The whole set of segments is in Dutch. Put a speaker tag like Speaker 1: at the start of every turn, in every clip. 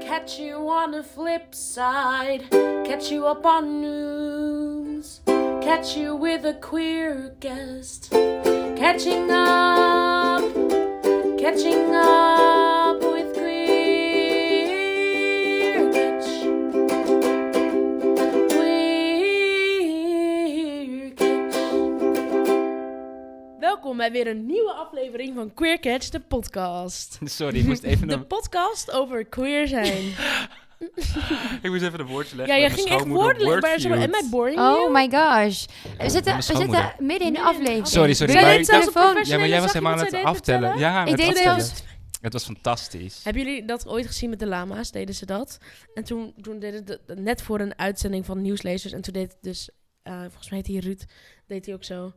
Speaker 1: Catch you on the flip side. Catch you up on news. Catch you with a queer guest. Catching up. Catching up with queer catch. Queer catch.
Speaker 2: Welkom bij weer een nieuwe aflevering van Queer Catch, de podcast.
Speaker 3: Sorry, ik moest even
Speaker 2: De
Speaker 3: een,
Speaker 2: podcast over queer zijn.
Speaker 3: ik moest even een woordje leggen.
Speaker 2: ja, jij
Speaker 3: met
Speaker 2: ging
Speaker 3: mijn
Speaker 2: echt
Speaker 3: schoonmoeder,
Speaker 2: woordelijk, maar zo,
Speaker 3: Wordfeud.
Speaker 2: am I boring you?
Speaker 4: Oh my gosh. We zitten, we
Speaker 3: schoonmoeder.
Speaker 4: zitten midden in de
Speaker 2: Midden in de
Speaker 4: aflevering.
Speaker 3: Sorry, sorry.
Speaker 4: Doe
Speaker 3: maar
Speaker 4: jij
Speaker 3: ik
Speaker 4: dit
Speaker 3: dacht-
Speaker 4: zelf op
Speaker 3: Ja, maar jij was helemaal aan het aftellen. Ja, aan
Speaker 4: Ik
Speaker 3: het
Speaker 4: deed het
Speaker 3: aftellen.
Speaker 4: zelfs.
Speaker 3: Het was fantastisch.
Speaker 2: Hebben jullie dat ooit gezien met de lama's? Deden ze dat? En toen, toen deden het net voor een uitzending van nieuwslezers. En toen deed dus, eh, volgens mij heet hij Ruud, deed hij ook zo.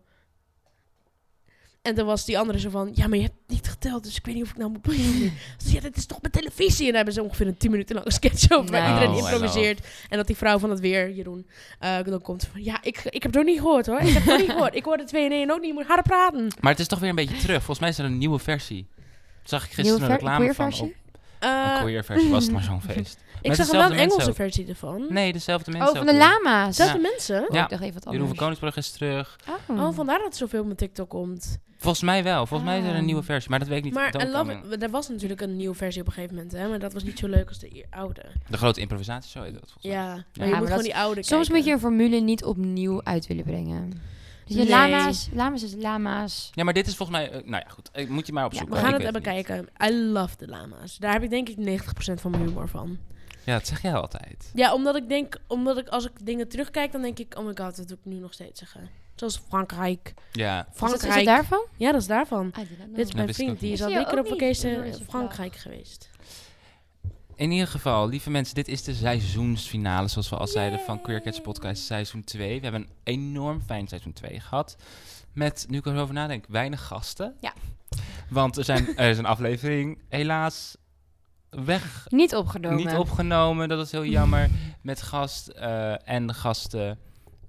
Speaker 2: En dan was die andere zo van, ja, maar je hebt niet geteld, dus ik weet niet of ik nou moet beginnen. Dus ja, dit is toch met televisie? En daar hebben ze ongeveer een 10 minuten lang sketch over. Waar
Speaker 4: Nou.
Speaker 2: iedereen
Speaker 3: Oh,
Speaker 2: improviseert. En dat die vrouw van het weer, Jeroen, eh, dan komt van, ja, ik, ik heb het ook niet gehoord hoor. Ik heb het ook niet gehoord. Ik hoorde twee in één ook niet, je moet harder praten.
Speaker 3: Maar het is toch weer een beetje terug. Volgens mij is er een nieuwe versie. Dat zag ik
Speaker 4: Nieuwe
Speaker 3: gisteren een
Speaker 4: ver-
Speaker 3: reclame
Speaker 4: queer
Speaker 3: van.
Speaker 4: versie?
Speaker 3: op-
Speaker 2: Eh,
Speaker 3: Een queer versie was het maar zo'n feest.
Speaker 2: ik
Speaker 3: Met
Speaker 2: zag er wel
Speaker 3: dezelfde
Speaker 2: een
Speaker 3: mensen
Speaker 2: Engelse
Speaker 3: ook.
Speaker 2: versie ervan.
Speaker 3: Nee, dezelfde mensen.
Speaker 4: Oh, van
Speaker 3: ook
Speaker 4: de
Speaker 3: weer.
Speaker 4: lama's.
Speaker 2: Zelfde mensen?
Speaker 4: Oh,
Speaker 3: Ja.
Speaker 4: ik dacht even wat
Speaker 3: Jeroen
Speaker 4: anders.
Speaker 3: van Koningsbrug is terug.
Speaker 4: Oh.
Speaker 2: Oh, vandaar dat er zoveel met TikTok komt.
Speaker 3: Volgens mij wel. Volgens mij is er
Speaker 4: Ah.
Speaker 3: een nieuwe versie. Maar dat weet ik niet.
Speaker 2: maar
Speaker 3: Don't
Speaker 2: I love
Speaker 3: come in.
Speaker 2: it. er was natuurlijk een nieuwe versie op een gegeven moment, hè? maar dat was niet zo leuk als de i- oude.
Speaker 3: De grote improvisatie, zo heet dat volgens mij.
Speaker 2: Ja, maar je
Speaker 3: maar
Speaker 2: moet
Speaker 4: dat
Speaker 2: gewoon
Speaker 4: is-
Speaker 2: die oude
Speaker 4: Soms
Speaker 2: kijken.
Speaker 4: moet je een formule niet opnieuw uit willen brengen. Dus je
Speaker 2: Nee.
Speaker 4: lama's, lama's is lama's.
Speaker 3: Ja, maar dit is volgens mij... eh, nou ja, goed. Ik moet je maar opzoeken.
Speaker 2: We gaan
Speaker 3: Ik
Speaker 2: het even
Speaker 3: weet niet.
Speaker 2: kijken. I love de lama's. Daar heb ik denk ik 90% van mijn humor van.
Speaker 3: Ja, dat zeg jij altijd.
Speaker 2: Ja, omdat ik denk, omdat ik als ik dingen terugkijk, dan denk ik, oh my god, dat doe ik nu nog steeds zeggen. Zoals Frankrijk.
Speaker 3: Ja.
Speaker 4: Is dat,
Speaker 2: Frankrijk.
Speaker 4: is dat daarvan?
Speaker 2: Ja, dat is daarvan.
Speaker 4: I did not know.
Speaker 2: Dit is mijn
Speaker 3: wist ik
Speaker 2: vriend,
Speaker 3: ook
Speaker 2: die
Speaker 3: niet.
Speaker 2: is al
Speaker 4: Ik zie
Speaker 2: drie keer
Speaker 4: jou
Speaker 2: op
Speaker 4: ook niet.
Speaker 2: vakantie
Speaker 4: Dat is
Speaker 2: op
Speaker 4: een
Speaker 2: Frankrijk geweest.
Speaker 3: In ieder geval, lieve mensen, dit is de seizoensfinale, zoals we al zeiden, van Queer Catch Podcast seizoen 2. We hebben een enorm fijn seizoen 2 gehad. Met, nu ik erover nadenk, weinig gasten.
Speaker 4: Ja.
Speaker 3: Want er, zijn, er is een aflevering helaas weg,
Speaker 4: Niet opgenomen.
Speaker 3: niet opgenomen. Dat is heel jammer. Met gast eh, en de gasten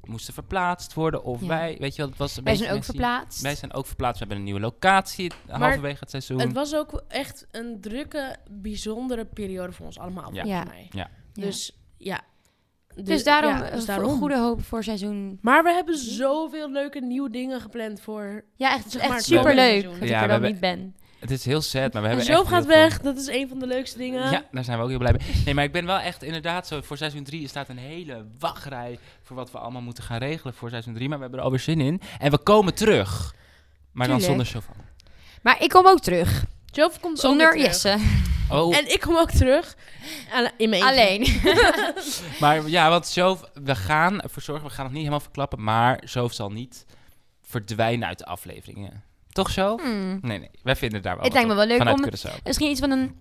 Speaker 3: moesten verplaatst worden. Of
Speaker 4: Ja.
Speaker 3: wij, weet je wel, het was een
Speaker 4: Wij
Speaker 3: beetje
Speaker 4: zijn ook
Speaker 3: messy.
Speaker 4: verplaatst.
Speaker 3: Wij zijn ook verplaatst. We hebben een nieuwe locatie halverwege het seizoen.
Speaker 2: Het was ook echt een drukke, bijzondere periode voor ons allemaal,
Speaker 3: Ja.
Speaker 2: volgens
Speaker 4: Ja.
Speaker 2: mij.
Speaker 4: Ja.
Speaker 2: Dus ja. De-
Speaker 4: dus daarom,
Speaker 2: ja,
Speaker 4: eh, voor goede hoop voor seizoen.
Speaker 2: Maar we hebben zoveel leuke nieuwe dingen gepland voor.
Speaker 4: Ja, echt, het is
Speaker 2: Zeg
Speaker 4: echt
Speaker 2: maar, komend
Speaker 4: superleuk dat
Speaker 3: seizoen.
Speaker 4: ik
Speaker 3: Ja,
Speaker 4: er
Speaker 3: we
Speaker 4: dan
Speaker 3: hebben-
Speaker 4: niet ben.
Speaker 3: het is heel sad, maar we
Speaker 2: En
Speaker 3: hebben
Speaker 2: zo
Speaker 3: echt
Speaker 2: gaat
Speaker 3: heel veel-
Speaker 2: weg, dat is een van de leukste dingen.
Speaker 3: Ja, daar zijn we ook heel blij mee. Nee, maar ik ben wel echt inderdaad zo. Voor seizoen 3 staat een hele wachtrij voor wat we allemaal moeten gaan regelen voor seizoen 3. Maar we hebben er alweer zin in. En we komen terug. Maar dan
Speaker 2: Tuurlijk.
Speaker 3: zonder Chauvin.
Speaker 4: Maar ik kom ook terug.
Speaker 2: Joff komt ook
Speaker 4: Zonder
Speaker 2: weer terug.
Speaker 4: Jesse.
Speaker 3: Oh,
Speaker 2: En ik kom ook terug. Alle- In mijn eentje.
Speaker 4: Alleen.
Speaker 3: maar ja, want Chauv, we gaan ervoor zorgen. We gaan het niet helemaal verklappen. Maar Chauv zal niet verdwijnen uit de afleveringen. Toch zo?
Speaker 4: Hmm.
Speaker 3: Nee, nee. Wij vinden daar wel
Speaker 4: Het
Speaker 3: wat
Speaker 4: lijkt me
Speaker 3: op.
Speaker 4: wel leuk
Speaker 3: Vanuit
Speaker 4: om-
Speaker 3: Curaçao.
Speaker 4: Misschien iets van een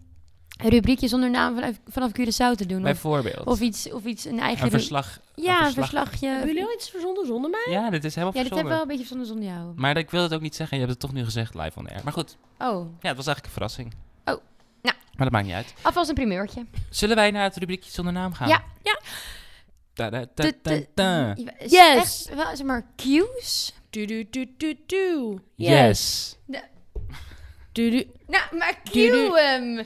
Speaker 4: rubriekje zonder naam vanaf, vanaf Curaçao te doen. Of,
Speaker 3: Bijvoorbeeld.
Speaker 4: of, iets, of iets, een eigen...
Speaker 3: een
Speaker 4: ru-
Speaker 3: verslag.
Speaker 4: ja,
Speaker 3: een
Speaker 4: een
Speaker 3: verslag.
Speaker 4: verslagje.
Speaker 2: Hebben jullie al iets verzonnen zonder mij?
Speaker 3: Ja, dit is helemaal
Speaker 4: Ja, dit hebben we wel
Speaker 3: verzonnen.
Speaker 4: een beetje zonder zonder jou.
Speaker 3: Maar ik wil het ook niet zeggen. Je hebt het toch nu gezegd live on air. Maar goed.
Speaker 4: Oh,
Speaker 3: Ja, het was eigenlijk een verrassing.
Speaker 4: Oh, nou.
Speaker 3: Maar dat maakt niet uit.
Speaker 4: alvast een primeurtje.
Speaker 3: Zullen wij naar het rubriekje zonder naam gaan?
Speaker 4: Ja.
Speaker 2: Ja.
Speaker 3: Da, da, da,
Speaker 4: Tu-
Speaker 3: da,
Speaker 4: tu-
Speaker 3: da.
Speaker 4: Is
Speaker 2: Yes.
Speaker 4: Echt, wel, zeg maar, cues?
Speaker 2: Du du du du du.
Speaker 3: Yes.
Speaker 2: Du du.
Speaker 4: Nou, maar
Speaker 2: Doe, doe.
Speaker 4: cue hem.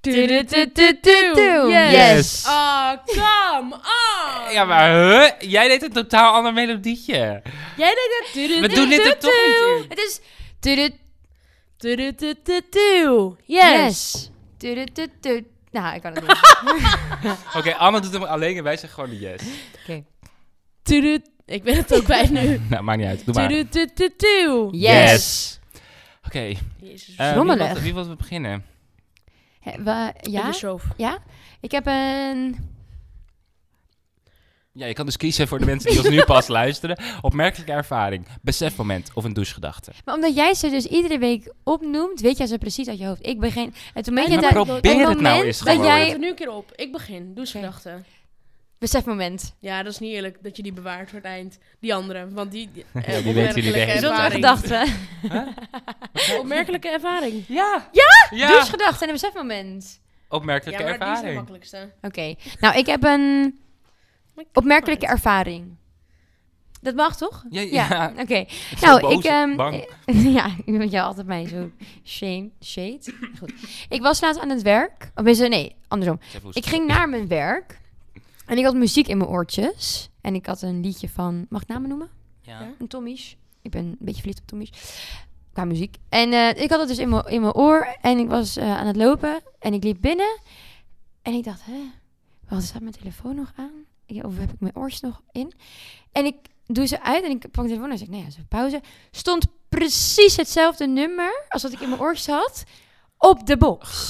Speaker 2: Du du du du du.
Speaker 4: Doe.
Speaker 2: Yes.
Speaker 3: Yes.
Speaker 2: Oh, come on.
Speaker 3: Ja, maar huh? jij deed een totaal ander melodietje.
Speaker 2: Jij deed het. Du, du,
Speaker 3: We
Speaker 2: du,
Speaker 3: doen dit
Speaker 2: du,
Speaker 3: er toch
Speaker 2: du.
Speaker 3: niet in.
Speaker 4: Het is... du- du-
Speaker 2: Du du du du du. Yes.
Speaker 4: Yes. Du- du- du- du- Nou, ik kan het niet.
Speaker 3: Oké, Anne doet hem alleen en wij zeggen gewoon de yes.
Speaker 4: Oké.
Speaker 2: Du du. Ik ben het ook bij nu.
Speaker 3: nou, maakt niet uit. Doe
Speaker 2: Du
Speaker 3: maar.
Speaker 2: du du du du.
Speaker 4: Yes.
Speaker 3: Oké. eh,
Speaker 2: Jezus.
Speaker 3: wie,
Speaker 4: Rommelig.
Speaker 3: wilt- wie wilt we beginnen?
Speaker 4: Hè, we- Ja?
Speaker 2: Jullie Show.
Speaker 4: Ja? Ik heb een...
Speaker 3: Ja, je kan dus kiezen voor de mensen die ons nu pas luisteren. Opmerkelijke ervaring, besefmoment of een douchegedachte.
Speaker 4: Maar omdat jij ze dus iedere week opnoemt, weet jij ze precies uit je hoofd. Ik begin... En toen ben je
Speaker 3: maar
Speaker 4: daar...
Speaker 3: probeer het nou
Speaker 4: moment
Speaker 3: eens
Speaker 4: dat
Speaker 3: gewoon.
Speaker 4: jij-
Speaker 2: Even nu een keer op. Ik begin. Doe ze
Speaker 4: Oké.
Speaker 2: gedachten.
Speaker 4: Besefmoment.
Speaker 2: Ja, dat is niet eerlijk dat je die bewaart voor het eind. Die andere. Want die... die, eh,
Speaker 3: weten jullie
Speaker 2: opmerkelijke
Speaker 3: echt.
Speaker 4: Zonder
Speaker 2: ervaring.
Speaker 4: gedachten.
Speaker 2: Opmerkelijke ervaring.
Speaker 3: Ja. Ja?
Speaker 4: Ja. Dus gedachten en een besefmoment.
Speaker 2: Ja,
Speaker 3: Opmerkelijke
Speaker 2: maar die is de
Speaker 3: ervaring.
Speaker 2: makkelijkste.
Speaker 4: Oké. Nou, ik heb een
Speaker 2: Maar ik-
Speaker 4: opmerkelijke ervaring. Dat mag toch?
Speaker 3: Ja, ja.
Speaker 4: Oké. Nou,
Speaker 3: boos,
Speaker 4: ik... ehm,
Speaker 3: bang.
Speaker 4: ja, ik ben jou altijd mij zo shame, shade. Goed. Ik was laatst aan het werk. Of tenminste, nee, andersom. Ik ging naar mijn werk. En ik had muziek in mijn oortjes. En ik had een liedje van... Mag ik namen noemen?
Speaker 3: Ja.
Speaker 4: Een Tommy's. Ik ben een beetje verliefd op Tommy's. Qua muziek. En eh, ik had het dus in mijn in mijn oor. En ik was eh, aan het lopen. En ik liep binnen. En ik dacht, hè? Wacht, staat mijn telefoon nog aan? Ik- Of heb ik mijn oortjes nog in? En ik doe ze uit. En ik pak de telefoon en ik zeg, nee, dat is een pauze. Stond precies hetzelfde nummer als wat ik in mijn oortjes had. Op de box.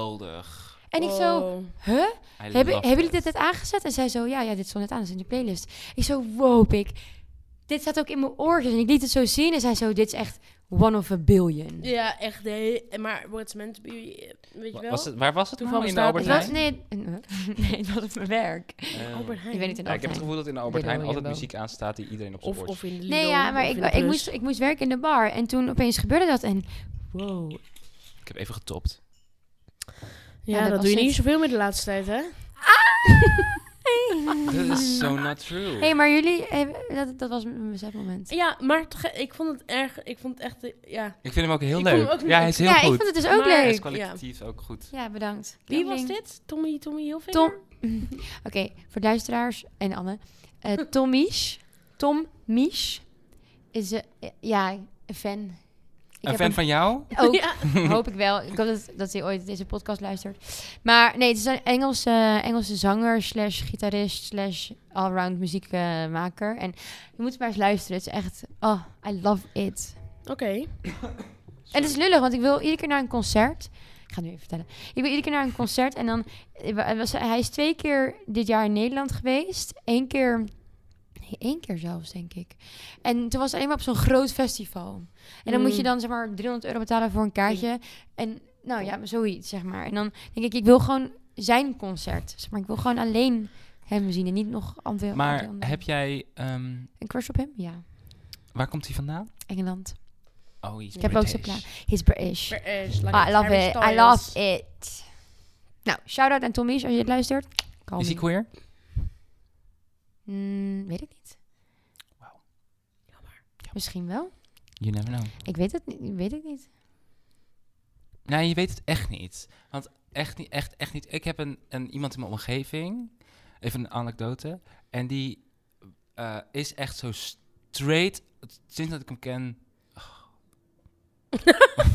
Speaker 3: Geweldig.
Speaker 4: en ik zo,
Speaker 2: Wow.
Speaker 4: huh?
Speaker 3: I
Speaker 4: Hebben,
Speaker 3: love
Speaker 4: hebben jullie
Speaker 3: that.
Speaker 4: dit net aangezet? En zij zo, ja, ja, dit stond net aan, dat is in de playlist. Ik zo, wow, pik. Dit staat ook in mijn oortjes. En ik liet het zo zien en zij zo, dit is echt one of a billion.
Speaker 2: Ja, echt. Nee. Maar what's meant to be, weet je
Speaker 3: Wa-
Speaker 2: wel?
Speaker 3: Was het, waar was het
Speaker 2: Toeval
Speaker 3: nou? In de
Speaker 2: bestaat
Speaker 3: Albert
Speaker 4: Het
Speaker 2: niet.
Speaker 4: was,
Speaker 3: Heijn?
Speaker 4: nee, nee, het was op mijn werk.
Speaker 3: Eh,
Speaker 2: Albert Heijn.
Speaker 4: Ik weet niet, in
Speaker 3: ja, ik heb het
Speaker 4: Albert Heijn.
Speaker 3: gevoel dat in de Albert Heijn
Speaker 4: Lidl,
Speaker 3: altijd
Speaker 4: Jumbo.
Speaker 3: muziek aanstaat die iedereen op zijn
Speaker 2: Of,
Speaker 3: oortjes...
Speaker 2: of in de Lidl,
Speaker 4: Nee, ja, maar
Speaker 2: of
Speaker 4: ik,
Speaker 2: in de
Speaker 4: ik,
Speaker 2: Plus.
Speaker 4: moest, ik moest werken in de bar. En toen opeens gebeurde dat en wow.
Speaker 3: Ik heb even getopt.
Speaker 2: Ja,
Speaker 4: Ja, dat
Speaker 2: dat
Speaker 4: was
Speaker 2: doe je niet
Speaker 4: het.
Speaker 2: zoveel meer de laatste tijd, hè?
Speaker 3: Dat is so not true.
Speaker 4: Hé, hey, maar jullie, eh, dat, dat was mijn besefmoment.
Speaker 2: Ja, maar toch, eh, ik vond het erg. Ik vond het echt... eh, Ja.
Speaker 3: Ik vind hem ook heel
Speaker 2: Ik vond hem
Speaker 3: leuk.
Speaker 2: ook
Speaker 3: ja, hij
Speaker 2: leuk.
Speaker 3: is heel
Speaker 4: ja, ik
Speaker 3: goed.
Speaker 4: vond het dus ook
Speaker 2: Maar-
Speaker 3: Hij is
Speaker 4: leuk.
Speaker 2: Ja.
Speaker 3: kwalitatief ook goed.
Speaker 4: Ja, bedankt.
Speaker 2: Wie was
Speaker 4: Lieveling.
Speaker 2: dit? Tommy, Tommy Hilfiger?
Speaker 4: Tom. Oké, voor de luisteraars en Anne. eh, Tom Misch. Tom Misch is eh, ja, een fan. Ik
Speaker 3: een Nou,
Speaker 4: heb
Speaker 3: fan van jou?
Speaker 4: hem ook,
Speaker 2: Ja.
Speaker 4: hoop ik wel. Ik hoop dat, dat hij ooit deze podcast luistert. Maar nee, het is een Engelse, Engelse zanger slash gitarist slash allround muziekmaker. en je moet maar eens luisteren. Het is echt, oh, I love it.
Speaker 2: Oké.
Speaker 4: En het is lullig, want ik wil iedere keer naar een concert. Ik ga het nu even vertellen. Ik wil iedere keer naar een concert. En dan eh, wa- was hij- hij is twee keer dit jaar in Nederland geweest. Eén keer, nee, één keer zelfs, denk ik. En toen was het alleen maar op zo'n groot festival. En dan moet je
Speaker 2: Mm.
Speaker 4: dan zeg maar 300 euro betalen voor een
Speaker 3: Mm.
Speaker 4: kaartje. En nou ja, maar zoiets zeg maar. En dan denk ik, ik wil gewoon zijn concert. Zeg maar ik wil gewoon alleen hem zien en niet nog Antwerpen.
Speaker 3: Maar heb jij... ehm,
Speaker 4: een crush op hem? Ja,
Speaker 3: waar komt hij vandaan?
Speaker 4: Engeland.
Speaker 3: Oh, he's
Speaker 4: Ik heb ook zijn
Speaker 3: British.
Speaker 4: plaat. He's British.
Speaker 2: British, like
Speaker 4: Ah, I love
Speaker 2: Harry
Speaker 4: it. I
Speaker 2: Styles.
Speaker 4: love it. Nou, shout-out aan Tommy's als je het luistert. Call
Speaker 3: Is
Speaker 4: me.
Speaker 3: hij queer?
Speaker 4: Mm, weet ik niet.
Speaker 3: Wauw.
Speaker 4: Misschien wel.
Speaker 3: You never know.
Speaker 4: Ik weet het niet. Weet ik niet.
Speaker 3: Nee, je weet het echt niet. Want echt niet, echt, echt niet. Ik heb een, een, iemand in mijn omgeving, even een anekdote, en die eh, is echt zo straight, sinds dat ik hem ken... oh.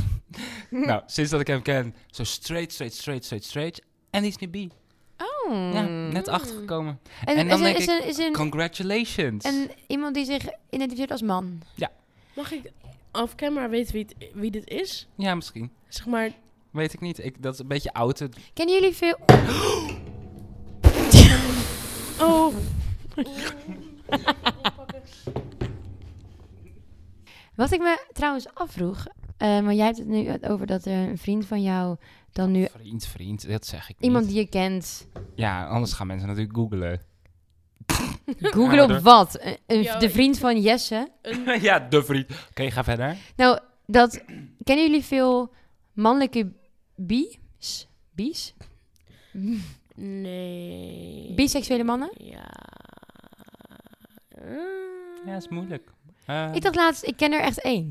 Speaker 3: nou, sinds dat ik hem ken, zo straight, straight, straight, straight, straight. En die is nu bi.
Speaker 4: Oh.
Speaker 3: Ja, net achtergekomen.
Speaker 4: En,
Speaker 3: en dan
Speaker 4: is, er-
Speaker 3: denk
Speaker 4: is,
Speaker 3: ik,
Speaker 4: er- is er een,
Speaker 3: Congratulations.
Speaker 4: een, iemand die zich identificeert als man.
Speaker 2: Mag ik off-camera weten wie, het- wie dit is?
Speaker 3: Ja, misschien.
Speaker 2: Zeg maar...
Speaker 3: Weet ik niet. Ik, dat is een beetje oud. Het-
Speaker 4: Kennen jullie veel...
Speaker 2: Oh,
Speaker 4: Wat ik me trouwens afvroeg... eh maar jij hebt het nu over dat er een vriend van jou dan nu...
Speaker 3: Vriend, vriend, dat zeg ik
Speaker 4: Iemand
Speaker 3: niet.
Speaker 4: die je kent.
Speaker 3: Ja, anders gaan mensen natuurlijk googlen.
Speaker 4: Google
Speaker 3: Ja,
Speaker 4: op
Speaker 3: door-
Speaker 4: wat? Een- een-
Speaker 2: Ja,
Speaker 4: de
Speaker 2: ik-
Speaker 4: vriend van Jesse?
Speaker 3: ja, de vriend. Oké, ga verder.
Speaker 4: Nou, dat kennen jullie veel mannelijke bi's? Bi's?
Speaker 2: nee.
Speaker 4: Biseksuele mannen?
Speaker 2: Ja.
Speaker 3: Ja, is moeilijk. Eh,
Speaker 4: Ik dacht laatst, ik ken er echt één.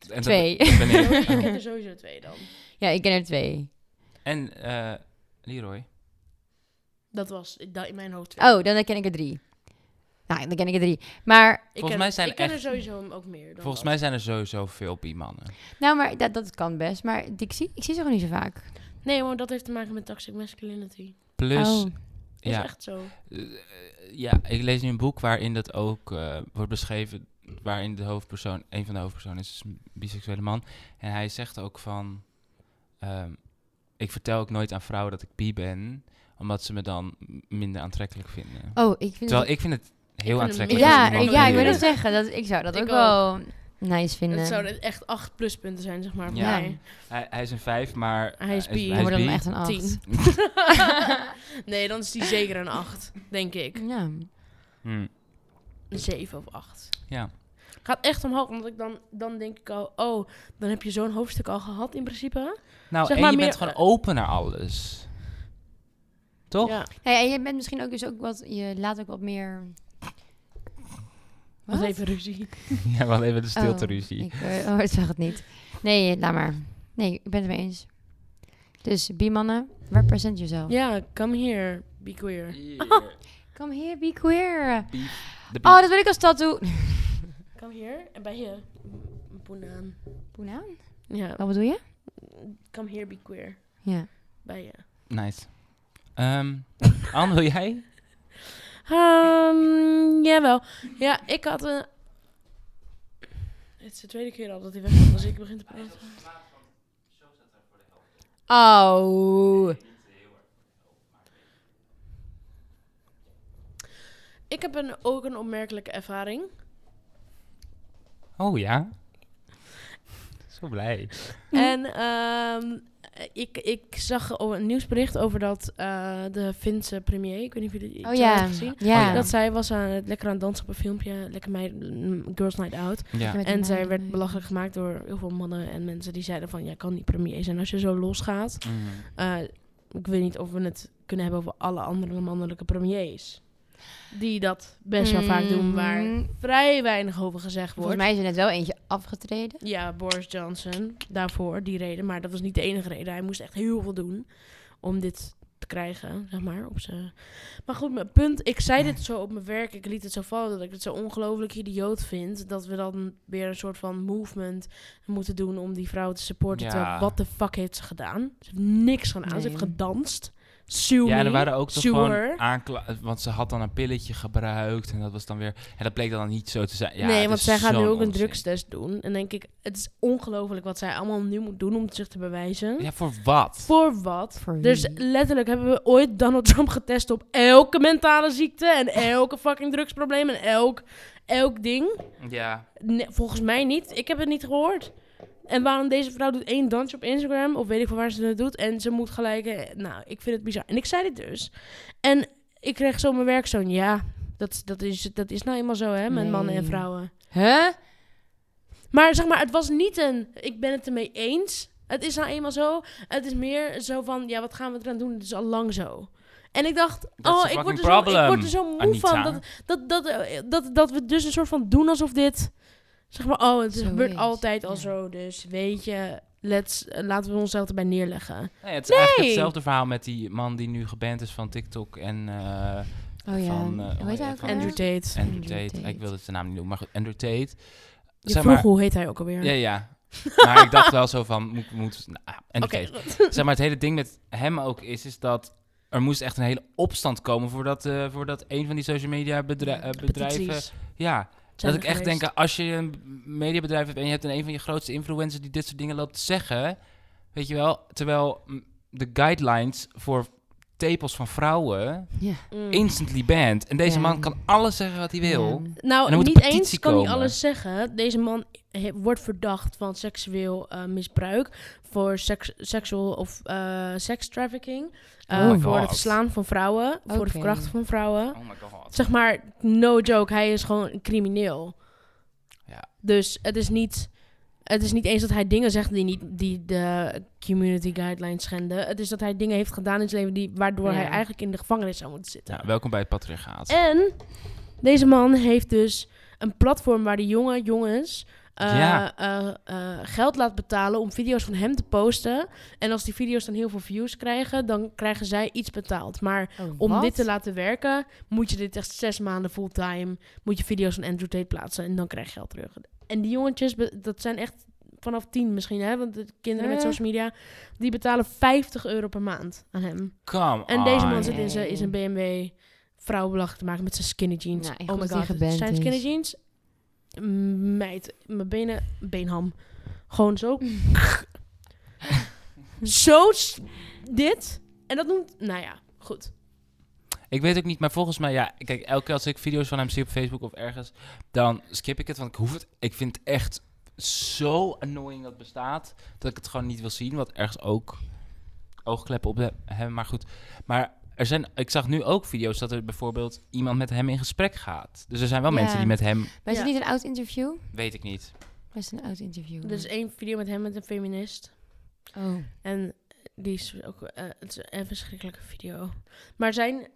Speaker 3: en dat
Speaker 4: twee.
Speaker 3: ben ik.
Speaker 2: Ik ken er sowieso twee dan.
Speaker 4: Ja, ik ken er twee.
Speaker 3: En eh, Leroy.
Speaker 2: Dat was ik dacht in mijn hoofd twee.
Speaker 4: Oh, dan ken ik er drie. Nou, dan ken ik er drie. Maar,
Speaker 2: Ik
Speaker 3: Volgens
Speaker 2: ken-
Speaker 3: mij zijn
Speaker 2: ik ken er
Speaker 3: echt-
Speaker 2: sowieso ook meer dan
Speaker 3: Volgens
Speaker 2: dat.
Speaker 3: mij zijn er sowieso veel bi-mannen.
Speaker 4: nou, maar dat, dat kan best. Maar die- ik zie, ik zie ze gewoon niet zo vaak.
Speaker 2: Nee, want dat heeft te maken met toxic masculinity.
Speaker 3: Plus,
Speaker 4: Oh.
Speaker 2: Dat
Speaker 3: ja,
Speaker 2: is echt zo.
Speaker 3: ja, ik lees nu een boek waarin dat ook eh, wordt beschreven. Waarin de hoofdpersoon, een van de hoofdpersonen is een biseksuele man. En hij zegt ook van, ehm, ik vertel ook nooit aan vrouwen dat ik bi ben. Omdat ze me dan m- minder aantrekkelijk vinden.
Speaker 4: Oh, ik vind
Speaker 3: Terwijl
Speaker 4: het-
Speaker 3: ik vind het heel
Speaker 2: hem
Speaker 3: aantrekkelijk.
Speaker 2: minder
Speaker 4: ja,
Speaker 3: als
Speaker 4: ik,
Speaker 3: iemand
Speaker 4: ja,
Speaker 3: bi
Speaker 4: ik wil
Speaker 3: is.
Speaker 4: het zeggen. Dat, ik zou dat
Speaker 2: Ik
Speaker 4: ook, wel nice vinden.
Speaker 2: Het zouden echt acht pluspunten zijn, zeg maar. voor
Speaker 3: Ja.
Speaker 2: mij.
Speaker 3: Hij, hij is een vijf, maar...
Speaker 2: Hij is
Speaker 3: eh,
Speaker 2: bi.
Speaker 3: Hij
Speaker 4: Dan
Speaker 3: is
Speaker 4: worden we
Speaker 3: bi.
Speaker 4: echt een acht.
Speaker 2: Tien. nee, dan is die zeker een acht, denk ik.
Speaker 4: Ja. Nou
Speaker 3: Hmm,
Speaker 2: Een zeven of acht.
Speaker 3: Ja.
Speaker 2: Gaat echt omhoog, omdat ik dan, dan denk ik al... Oh, dan heb je zo'n hoofdstuk al gehad in principe.
Speaker 3: Nou,
Speaker 2: Zeg
Speaker 3: en
Speaker 2: maar
Speaker 3: je
Speaker 2: meer- eh,
Speaker 3: bent gewoon open naar alles. Toch?
Speaker 2: Ja.
Speaker 4: Nou ja, en je bent misschien ook dus ook wat... Je laat ook wat meer...
Speaker 2: Was
Speaker 4: Wat?
Speaker 2: even ruzie.
Speaker 3: ja, wel even de stilte
Speaker 4: Oh,
Speaker 3: ruzie.
Speaker 4: Ik eh, oh, ik zag het niet. Nee, laat maar. Nee, ik ben het mee eens. Dus B-mannen, represent yourself.
Speaker 2: Ja, come here. Be queer.
Speaker 4: Come here, be queer.
Speaker 3: De
Speaker 4: Oh, dat wil ik als tattoo.
Speaker 2: Come here. En bij je. M- Poenaan.
Speaker 4: Poenaan?
Speaker 2: Ja.
Speaker 4: Oh, Wat bedoel je? Oh,
Speaker 2: Come here, be queer.
Speaker 4: Ja.
Speaker 2: Bij je.
Speaker 3: Nice. Ehm Anne, wil jij?
Speaker 2: Ehm, jawel. Ja, ik had een... Het is de tweede keer al dat hij weggaat als ik begin te praten.
Speaker 4: Oh.
Speaker 2: Ik heb een, ook een opmerkelijke ervaring.
Speaker 3: Oh ja. Zo blij.
Speaker 2: En ehm, ik, ik zag o- een nieuwsbericht over dat eh, de Finse premier, ik weet niet of jullie het
Speaker 4: Oh ja.
Speaker 2: hebben gezien.
Speaker 4: Ja.
Speaker 3: Oh,
Speaker 2: Dat zij was aan het lekker aan het dansen op een filmpje, lekker meid, mm, Girls Night Out.
Speaker 3: Ja.
Speaker 4: Met die
Speaker 2: En zij
Speaker 4: meiden
Speaker 2: werd
Speaker 4: erbij.
Speaker 2: belachelijk gemaakt door heel veel mannen en mensen die zeiden van, jij kan niet premier zijn als je zo losgaat.
Speaker 3: Mm.
Speaker 2: Eh, ik weet niet of we het kunnen hebben over alle andere mannelijke premiers. Die dat best wel vaak doen, waar
Speaker 4: Mm,
Speaker 2: vrij weinig over gezegd wordt.
Speaker 4: Volgens mij is er net wel eentje afgetreden.
Speaker 2: Ja, Boris Johnson, daarvoor, die reden. Maar dat was niet de enige reden. Hij moest echt heel veel doen om dit te krijgen, zeg maar. Op zijn... Maar goed, mijn punt, ik zei dit zo op mijn werk. Ik liet het zo vallen dat ik het zo ongelooflijk idioot vind. Dat we dan weer een soort van movement moeten doen om die vrouw te supporten.
Speaker 3: Ja.
Speaker 2: Terwijl, wat de fuck heeft ze gedaan? Ze heeft niks gedaan. Ze heeft
Speaker 4: Nee.
Speaker 2: gedanst. Sue
Speaker 3: Ja, en
Speaker 2: me.
Speaker 3: er waren ook toch
Speaker 2: Sue her.
Speaker 3: gewoon aanklachten. Want ze had dan een pilletje gebruikt. En dat was dan weer. En dat bleek dan niet zo te zijn. Ja,
Speaker 2: nee,
Speaker 3: het
Speaker 2: want
Speaker 3: is
Speaker 2: zij gaat nu
Speaker 3: zo'n
Speaker 2: ook een
Speaker 3: onzin.
Speaker 2: drugstest doen. En denk ik, het is ongelooflijk wat zij allemaal nu moet doen om zich te bewijzen.
Speaker 3: Ja, voor wat?
Speaker 2: Voor wat?
Speaker 4: Voor wie?
Speaker 2: Dus letterlijk hebben we ooit Donald Trump getest op elke mentale ziekte en elke fucking drugsprobleem en elk, elk ding.
Speaker 3: Ja.
Speaker 2: Nee, volgens mij niet. Ik heb het niet gehoord. En waarom deze vrouw doet één dansje op Instagram of weet ik van waar ze het doet en ze moet gelijk. eh, Nou, ik vind het bizar. En ik zei dit dus. En ik kreeg zo mijn werk zo'n ja. Dat, dat, is, dat is nou eenmaal zo, hè, met
Speaker 4: Nee.
Speaker 2: mannen en vrouwen.
Speaker 4: Huh?
Speaker 2: Maar zeg maar, het was niet een ik ben het ermee eens. Het is nou eenmaal zo. Het is meer zo van ja, wat gaan we eraan doen? Het is al lang zo. En ik dacht,
Speaker 3: That's a
Speaker 2: oh, ik word,
Speaker 3: fucking
Speaker 2: er zo, ik
Speaker 3: problem,
Speaker 2: word er zo moe
Speaker 3: Anita.
Speaker 2: van. Dat, dat, dat, eh, dat, dat we dus een soort van doen alsof dit. Zeg maar, oh, het
Speaker 4: Zo
Speaker 2: gebeurt
Speaker 4: is,
Speaker 2: altijd al
Speaker 4: ja.
Speaker 2: zo. Dus weet je, let's, eh, laten we onszelf erbij neerleggen.
Speaker 3: Nee, het is eigenlijk
Speaker 2: Nee.
Speaker 3: hetzelfde verhaal met die man die nu geband is van TikTok en eh
Speaker 4: Oh ja.
Speaker 3: Van, eh,
Speaker 4: Hoe heet hij ook
Speaker 3: van-
Speaker 2: Andrew
Speaker 4: alweer?
Speaker 2: Tate.
Speaker 3: Andrew
Speaker 4: Andrew
Speaker 3: Tate.
Speaker 4: Tate.
Speaker 3: Ik wilde zijn naam niet noemen, maar goed, Andrew Tate.
Speaker 2: Je
Speaker 3: Zeg
Speaker 2: vroeg
Speaker 3: maar-
Speaker 2: hoe heet hij ook alweer?
Speaker 3: Ja, ja. Maar ik dacht wel zo van, moet... moet nou, ah, Andrew
Speaker 2: Oké.
Speaker 3: Tate. Zeg maar, het hele ding met hem ook is, is dat er moest echt een hele opstand komen voordat, eh, voordat een van die social media bedrij- eh, bedrijven...
Speaker 2: Petities
Speaker 3: Ja,
Speaker 2: zijn
Speaker 3: dat
Speaker 2: er
Speaker 3: ik echt
Speaker 2: geweest.
Speaker 3: denk, als je een mediabedrijf hebt en je hebt een, een van je grootste influencers die dit soort dingen loopt te zeggen, weet je wel, terwijl mm, de guidelines voor tepels van vrouwen
Speaker 4: Ja.
Speaker 2: Mm.
Speaker 3: instantly banned. En deze
Speaker 4: Ja.
Speaker 3: man kan alles zeggen wat hij wil.
Speaker 4: Ja.
Speaker 2: Nou,
Speaker 3: En er moet
Speaker 2: niet
Speaker 3: een petitie
Speaker 2: eens kan hij
Speaker 3: komen.
Speaker 2: alles zeggen. Deze man he- wordt verdacht van seksueel eh, misbruik, voor seks, seksual of eh sekstrafficking, eh,
Speaker 3: Oh my
Speaker 2: voor
Speaker 3: God.
Speaker 2: het slaan van vrouwen, voor
Speaker 4: Oké.
Speaker 2: het verkrachten van vrouwen.
Speaker 3: Oh my god.
Speaker 2: Zeg maar, no joke, hij is gewoon een crimineel.
Speaker 3: Ja.
Speaker 2: Dus het is niet... Het is niet eens dat hij dingen zegt die, niet, die de community guidelines schenden. Het is dat hij dingen heeft gedaan in zijn leven die, waardoor
Speaker 4: Ja.
Speaker 2: hij eigenlijk in de gevangenis zou moeten zitten.
Speaker 3: Ja, welkom bij het patriarchaat.
Speaker 2: En deze man heeft dus een platform waar de jonge jongens eh,
Speaker 3: Ja.
Speaker 2: eh, eh, geld laat betalen om video's van hem te posten. En als die video's dan heel veel views krijgen, dan krijgen zij iets betaald. Maar
Speaker 4: Oh,
Speaker 2: om
Speaker 4: wat?
Speaker 2: dit te laten werken, moet je dit echt zes maanden fulltime, moet je video's van Andrew Tate plaatsen en dan krijg je geld terug. En die jongetjes, be- dat zijn echt vanaf tien misschien, hè? want de kinderen met
Speaker 4: Eh.
Speaker 2: social media, die betalen 50 euro per maand aan hem.
Speaker 3: Come
Speaker 2: En deze
Speaker 3: on.
Speaker 2: man zit in zijn, in zijn BMW vrouwen belachelijk te maken met zijn skinny jeans.
Speaker 4: Nou, ik
Speaker 2: oh
Speaker 4: hoop
Speaker 2: my
Speaker 4: dat hij
Speaker 2: god,
Speaker 4: geband
Speaker 2: zijn skinny
Speaker 4: is.
Speaker 2: jeans? Mm, Meid, mijn benen, beenham. Gewoon zo. zo s- dit. En dat noemt, nou ja, goed.
Speaker 3: Ik weet ook niet, maar volgens mij, ja, kijk, elke keer als ik video's van hem zie op Facebook of ergens, dan skip ik het, want ik hoef het, ik vind het echt zo annoying dat het bestaat, dat ik het gewoon niet wil zien, wat ergens ook oogkleppen op de- hem, maar goed. Maar er zijn, ik zag nu ook video's dat er bijvoorbeeld iemand met hem in gesprek gaat. Dus er zijn wel
Speaker 4: Ja.
Speaker 3: mensen die met hem,
Speaker 4: Was het
Speaker 2: Ja.
Speaker 4: niet een oud interview?
Speaker 3: weet ik niet.
Speaker 4: Was het een oud interview?
Speaker 2: Er is één video met hem met een feminist.
Speaker 4: Oh.
Speaker 2: En die is ook eh, het is een verschrikkelijke video. Maar zijn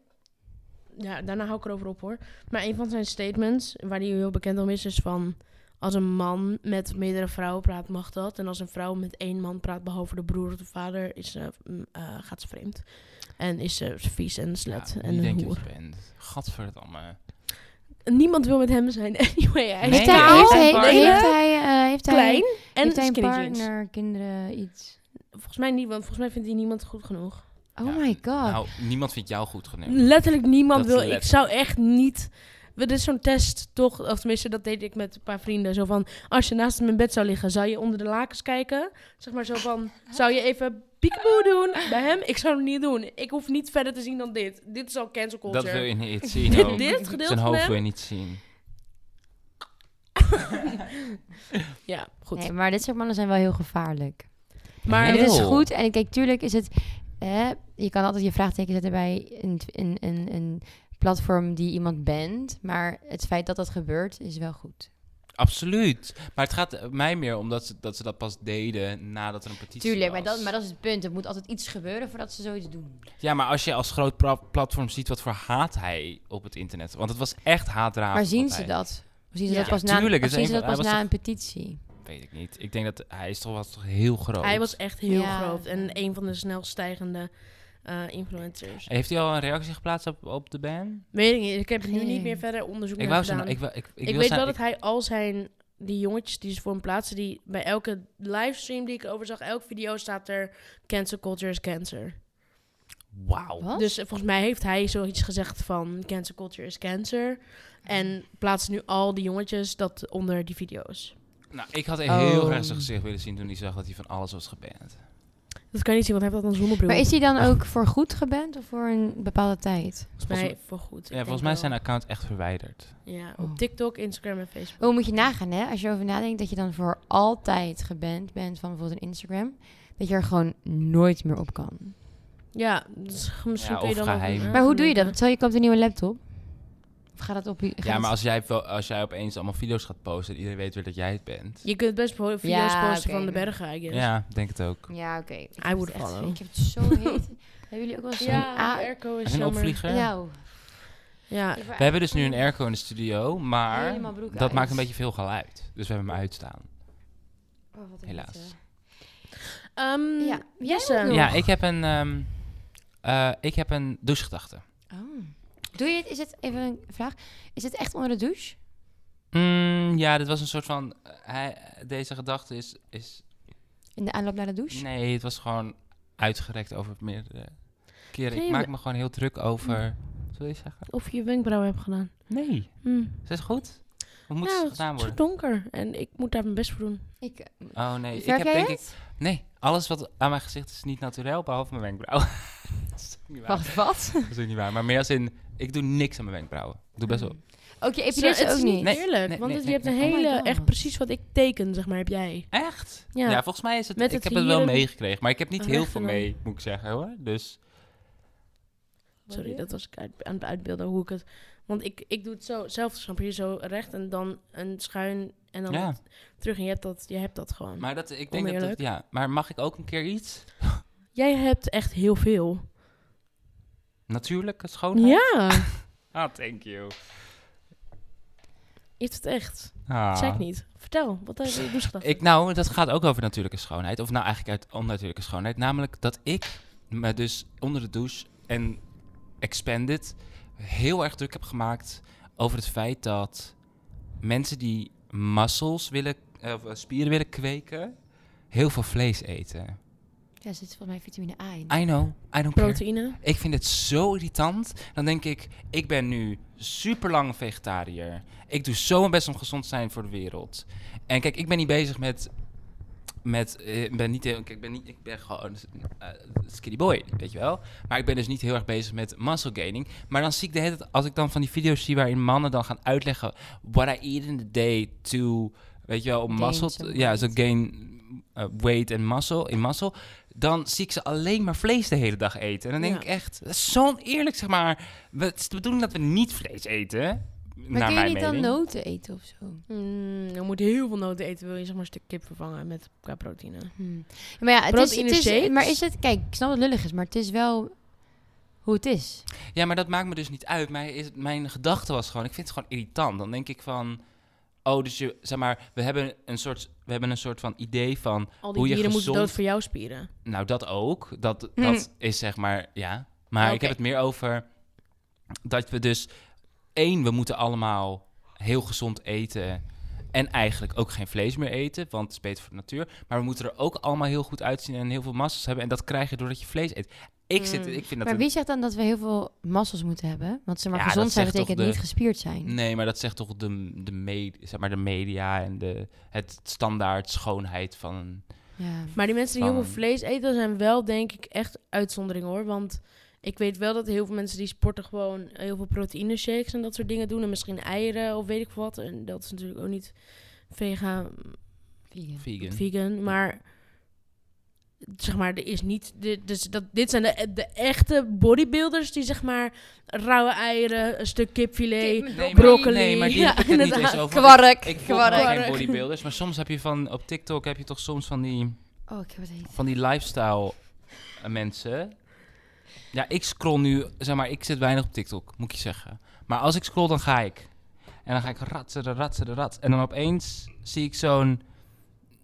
Speaker 2: ja, daarna hou ik erover op hoor. Maar een van zijn statements, waar hij heel bekend om is, is van... Als een man met meerdere vrouwen praat, mag dat. En als een vrouw met één man praat, behalve de broer of de vader, is ze, mm, eh, gaat ze vreemd. En is ze vies en slet en
Speaker 3: wie
Speaker 2: een
Speaker 3: denk je
Speaker 2: hoer.
Speaker 3: dat je bent? Gadverdamme.
Speaker 2: Niemand wil met hem zijn. Anyway, hij
Speaker 3: Nee,
Speaker 2: is
Speaker 4: heeft hij,
Speaker 3: hij
Speaker 2: kaal,
Speaker 4: heeft hij,
Speaker 3: een
Speaker 4: heeft
Speaker 2: lelijk,
Speaker 4: hij, eh, heeft hij,
Speaker 2: klein en
Speaker 4: heeft hij een
Speaker 2: skinny jeans.
Speaker 4: partner, kinderen, iets?
Speaker 2: Volgens mij niet, want volgens mij vindt hij niemand goed genoeg.
Speaker 4: Oh
Speaker 3: Ja,
Speaker 4: my god.
Speaker 3: Nou, niemand vindt jou goed genoeg.
Speaker 2: Letterlijk niemand
Speaker 3: Dat
Speaker 2: wil.
Speaker 3: is
Speaker 2: Ik
Speaker 3: letterlijk.
Speaker 2: zou echt niet. Dit is zo'n test toch, of tenminste, dat deed ik met een paar vrienden. Zo van, als je naast hem in bed zou liggen, zou je onder de lakens kijken? Zeg maar zo van, zou je even peekaboo doen bij hem? Ik zou het niet doen. Ik hoef niet verder te zien dan dit. Dit is al cancel culture.
Speaker 3: Dat wil je niet zien. ook.
Speaker 2: Dit gedeelte
Speaker 3: Zijn
Speaker 2: van
Speaker 3: hoofd
Speaker 2: hem?
Speaker 3: wil je niet zien.
Speaker 2: Ja, goed.
Speaker 4: Nee, maar dit soort mannen zijn wel heel gevaarlijk.
Speaker 2: Maar-
Speaker 4: En
Speaker 3: Heel.
Speaker 4: het is goed. En kijk, tuurlijk is het... eh, je kan altijd je vraagteken zetten bij een, een, een, een platform die iemand bent. Maar het feit dat dat gebeurt is wel goed.
Speaker 3: Absoluut. Maar het gaat mij meer om dat ze dat, ze dat pas deden nadat er een petitie
Speaker 4: Tuurlijk, maar
Speaker 3: was.
Speaker 4: dat, maar dat is het punt. Er moet altijd iets gebeuren voordat ze zoiets doen.
Speaker 3: Ja, maar als je als groot pra- platform ziet wat voor haat hij op het internet... Want het was echt haatdraad.
Speaker 4: maar zien ze dat? Of zien ze
Speaker 2: Ja.
Speaker 4: dat pas
Speaker 3: Ja,
Speaker 4: na,
Speaker 3: tuurlijk,
Speaker 4: of
Speaker 3: het is
Speaker 4: zien ze
Speaker 3: een
Speaker 4: dat
Speaker 3: van-
Speaker 4: pas
Speaker 3: hij
Speaker 4: na
Speaker 3: was
Speaker 4: een petitie?
Speaker 3: Weet ik niet. Ik denk dat hij is toch, was toch heel groot.
Speaker 2: Hij was echt heel
Speaker 4: Ja.
Speaker 2: groot en een van de snelst stijgende eh, influencers.
Speaker 3: Heeft hij al een reactie geplaatst op, op de ban?
Speaker 2: Weet ik niet, ik heb nu
Speaker 4: Geen
Speaker 2: niet
Speaker 4: idee.
Speaker 2: meer verder onderzoek
Speaker 3: Ik,
Speaker 2: naar
Speaker 3: wou
Speaker 2: gedaan.
Speaker 3: zijn, ik, wou- ik, ik,
Speaker 2: Ik,
Speaker 3: wil
Speaker 2: weet
Speaker 3: zijn-
Speaker 2: wel dat
Speaker 3: ik-
Speaker 2: hij al zijn... Die jongetjes die ze voor hem plaatsen... Die, bij elke livestream die ik over zag... Elk video staat er... Cancer culture is cancer.
Speaker 3: Wauw.
Speaker 4: Wat?
Speaker 2: Dus eh, volgens mij heeft hij zoiets gezegd van... Cancer culture is cancer. En plaatst nu al die jongetjes dat onder die video's.
Speaker 3: Nou, ik had heel
Speaker 4: Oh.
Speaker 3: graag zijn gezicht willen zien toen hij zag dat hij van alles was geband.
Speaker 2: Dat kan je niet zien, want hij heeft dat een zonnebril.
Speaker 4: maar is hij dan ook voor goed geband of voor een bepaalde tijd?
Speaker 3: Volgens
Speaker 2: Volgens
Speaker 3: mij,
Speaker 2: mij voorgoed.
Speaker 3: ja, volgens mij is zijn account echt verwijderd.
Speaker 2: Ja,
Speaker 4: Oh.
Speaker 2: op TikTok, Instagram en Facebook.
Speaker 4: Hoe Oh, moet je nagaan, hè? Als je over nadenkt dat je dan voor altijd geband bent van bijvoorbeeld een Instagram, dat je er gewoon nooit meer op kan.
Speaker 2: Ja, dus misschien
Speaker 3: Ja,
Speaker 2: kun je
Speaker 3: of
Speaker 2: dan... nog
Speaker 3: geheim.
Speaker 2: een, eh,
Speaker 4: Maar hoe doe je dat?
Speaker 2: gemeente-
Speaker 4: Stel je koopt een nieuwe laptop? Of gaat dat op je...
Speaker 3: Ja, maar als jij, wel- als jij opeens allemaal video's gaat posten en iedereen weet weer dat jij het bent.
Speaker 2: Je kunt best bijvoorbeeld
Speaker 4: Ja,
Speaker 2: video's posten
Speaker 4: oké.
Speaker 2: van de bergen, I guess.
Speaker 3: Ja, ik denk het ook.
Speaker 4: Ja, oké. Ik vind
Speaker 2: I would
Speaker 4: het echt-
Speaker 2: follow.
Speaker 4: Ik heb het zo heet. Hebben jullie ook wel zo'n...
Speaker 2: Ja,
Speaker 4: Ja,
Speaker 2: de airco is
Speaker 3: En een
Speaker 2: jammer.
Speaker 3: opvlieger.
Speaker 4: nou,
Speaker 2: Ah, Ja,
Speaker 4: ik word
Speaker 3: We hebben dus nu een
Speaker 4: echt-
Speaker 3: airco in de studio, maar
Speaker 4: Helemaal broek
Speaker 3: dat
Speaker 4: uit.
Speaker 3: maakt een beetje veel geluid. Dus we hebben hem uitstaan.
Speaker 4: Oh, wat een
Speaker 3: Helaas.
Speaker 4: hitte.
Speaker 2: Ehm,
Speaker 4: Ja, jij
Speaker 2: Jesse.
Speaker 4: moet nog.
Speaker 3: Ja, ik heb een, ehm, eh, ik heb een douchegedachte.
Speaker 4: Oh. Doe je het, is het, even een vraag, is het echt onder de douche?
Speaker 3: Mm, ja, dit was een soort van. eh, hij, deze gedachte is, is.
Speaker 4: In de aanloop naar de douche?
Speaker 3: Nee, het was gewoon uitgerekt over meerdere keren. Ik
Speaker 2: Nee,
Speaker 3: maak
Speaker 2: maar- Mm.
Speaker 3: me gewoon heel druk over. Zul je zeggen?
Speaker 2: Of je je wenkbrauwen hebt gedaan.
Speaker 3: Nee.
Speaker 2: Hm.
Speaker 4: Hmm.
Speaker 3: Is het goed? Hoe moet
Speaker 2: Nou,
Speaker 3: het
Speaker 2: het
Speaker 3: gedaan
Speaker 2: is zo
Speaker 3: worden?
Speaker 2: donker en ik moet daar mijn best voor doen.
Speaker 4: Ik, eh,
Speaker 3: Oh nee, ik
Speaker 4: Verf
Speaker 3: heb
Speaker 4: jij
Speaker 3: denk ik. Nee, alles wat aan mijn gezicht is niet natuurlijk, behalve mijn wenkbrauwen. dat is ook niet waar.
Speaker 4: wacht, wat?
Speaker 3: Dat is ook niet waar. Maar meer als in, ik doe niks aan mijn wenkbrauwen. Ik Doe best wel.
Speaker 4: Ook je
Speaker 2: Zo,
Speaker 4: epileert ze
Speaker 2: het is
Speaker 4: ook niet?
Speaker 3: Nee,
Speaker 2: eerlijk,
Speaker 3: nee,
Speaker 2: want
Speaker 3: nee,
Speaker 2: het-
Speaker 3: nee,
Speaker 2: je hebt een
Speaker 3: nee.
Speaker 4: Oh my
Speaker 2: hele,
Speaker 4: God.
Speaker 2: echt precies wat ik teken, zeg maar, heb jij.
Speaker 3: Echt? Ja.
Speaker 2: Ja.
Speaker 3: volgens mij is het.
Speaker 2: Met
Speaker 3: ik
Speaker 2: het
Speaker 3: heb het wel
Speaker 2: hier-
Speaker 3: meegekregen, maar ik heb niet
Speaker 2: Oh,
Speaker 3: heel
Speaker 2: weg
Speaker 3: veel
Speaker 2: ervan.
Speaker 3: mee, moet ik zeggen hoor. Dus
Speaker 2: Sorry, dat was ik uit- aan het uitbeelden hoe ik het... Want ik, ik doe het zo, zelf snap je, zo recht en dan een schuin en dan
Speaker 3: Ja.
Speaker 2: het terug. En je hebt dat, je hebt dat gewoon.
Speaker 3: Maar dat, ik denk dat, dat
Speaker 2: Oneerlijk.
Speaker 3: ja. Maar mag ik ook een keer iets?
Speaker 2: Jij hebt echt heel veel.
Speaker 3: Natuurlijke schoonheid?
Speaker 2: Ja,
Speaker 3: Ah, thank you.
Speaker 2: je hebt het echt.
Speaker 3: Ah.
Speaker 2: Dat zei ik niet. Vertel, wat heb je gedacht?
Speaker 3: Ik, nou, dat gaat ook over natuurlijke schoonheid. Of nou eigenlijk uit onnatuurlijke schoonheid. Namelijk dat ik me dus onder de douche en expanded heel erg druk heb gemaakt over het feit dat mensen die muscles willen, eh, of spieren willen kweken, heel veel vlees eten.
Speaker 4: Ja, er zit volgens mij vitamine A in.
Speaker 3: I know, I don't care.
Speaker 2: Proteïne.
Speaker 3: Ik vind het zo irritant. Dan denk ik, ik ben nu super lang vegetariër. Ik doe zo mijn best om gezond te zijn voor de wereld. En kijk, ik ben niet bezig met. met eh, ik ben niet heel. kijk, Ik ben, niet, ik ben gewoon eh, skinny boy, weet je wel. Maar ik ben dus niet heel erg bezig met muscle gaining. Maar dan zie ik de hele tijd, als ik dan van die video's zie waarin mannen dan gaan uitleggen. What I eat in the day to. Weet je wel, om
Speaker 4: Gain
Speaker 3: muscle.
Speaker 4: some
Speaker 3: te- Ja, zo
Speaker 4: weight.
Speaker 3: gain eh, weight en muscle. In muscle dan zie ik ze alleen maar vlees de hele dag eten. En dan denk
Speaker 2: Ja.
Speaker 3: ik echt, dat is zo oneerlijk, zeg maar. We- Het is de bedoeling dat we niet vlees eten,
Speaker 4: Maar
Speaker 3: naar
Speaker 4: kun je
Speaker 3: mijn
Speaker 4: niet dan
Speaker 3: mening.
Speaker 4: noten eten of zo?
Speaker 2: Mm, je moet heel veel noten eten, wil je zeg maar een stuk kip vervangen met qua proteïne.
Speaker 4: Hmm. Ja, Maar ja, het is,
Speaker 2: Proteïne
Speaker 4: het is,
Speaker 2: shakes?
Speaker 4: maar is het... Kijk, ik snap dat het lullig is, maar het is wel... hoe het is.
Speaker 3: Ja, maar dat maakt me dus niet uit. Mijn, is, mijn gedachte was gewoon, ik vind het gewoon irritant. Dan denk ik van, oh, dus je, zeg maar, we hebben een soort, we hebben een soort van idee van,
Speaker 2: Al die
Speaker 3: Hoe je
Speaker 2: dieren moeten
Speaker 3: gezond-
Speaker 2: dood voor jouw spieren.
Speaker 3: nou dat ook, dat, dat
Speaker 4: Mm.
Speaker 3: is zeg maar, ja. Maar ik
Speaker 2: Mhm. Oké.
Speaker 3: heb het meer over dat we dus, één, we moeten allemaal heel gezond eten en eigenlijk ook geen vlees meer eten, want het is beter voor de natuur. Maar we moeten er ook allemaal heel goed uitzien en heel veel massas hebben en dat krijg je doordat je vlees eet. Ik, zit,
Speaker 2: Mm.
Speaker 3: ik vind dat
Speaker 4: Maar
Speaker 3: een-
Speaker 4: wie zegt dan dat we heel veel massels moeten hebben? Want ze maar
Speaker 3: Ja,
Speaker 4: gezond
Speaker 3: dat
Speaker 4: zijn
Speaker 3: zegt
Speaker 4: betekent
Speaker 3: toch de-
Speaker 4: niet gespierd zijn.
Speaker 3: Nee, maar dat zegt toch de, de, me- zeg maar de media en de, het standaard schoonheid van... een-
Speaker 4: Ja.
Speaker 2: Maar die mensen die heel
Speaker 3: Van-
Speaker 2: veel vlees eten zijn wel, denk ik, echt uitzonderingen hoor. Want ik weet wel dat heel veel mensen die sporten gewoon heel veel proteïne shakes en dat soort dingen doen. En misschien eieren of weet ik wat. En dat is natuurlijk ook niet vega,
Speaker 4: Vegan.
Speaker 3: Vegan.
Speaker 2: vegan. Maar zeg maar, er is niet. Dit, dus dat, dit zijn de, de echte bodybuilders die zeg maar rauwe eieren, een stuk kipfilet.
Speaker 3: Nee, maar-
Speaker 2: broccoli.
Speaker 3: Nee, maar die
Speaker 2: Ja,
Speaker 3: heb ik het niet
Speaker 2: inderdaad.
Speaker 3: eens over. want
Speaker 4: Kwark,
Speaker 3: Ik, ik volg
Speaker 4: kwark.
Speaker 3: nog
Speaker 2: Kwark.
Speaker 3: geen bodybuilders, maar soms heb je van... Op TikTok heb je toch soms van die,
Speaker 4: Oh, ik heb het heet.
Speaker 3: van die lifestyle eh, mensen. Ja, ik scroll nu... Zeg maar, ik zit weinig op TikTok, moet ik je zeggen. Maar als ik scroll, dan ga ik. En dan ga ik ratsen, ratsen, ratsen. En dan opeens zie ik zo'n...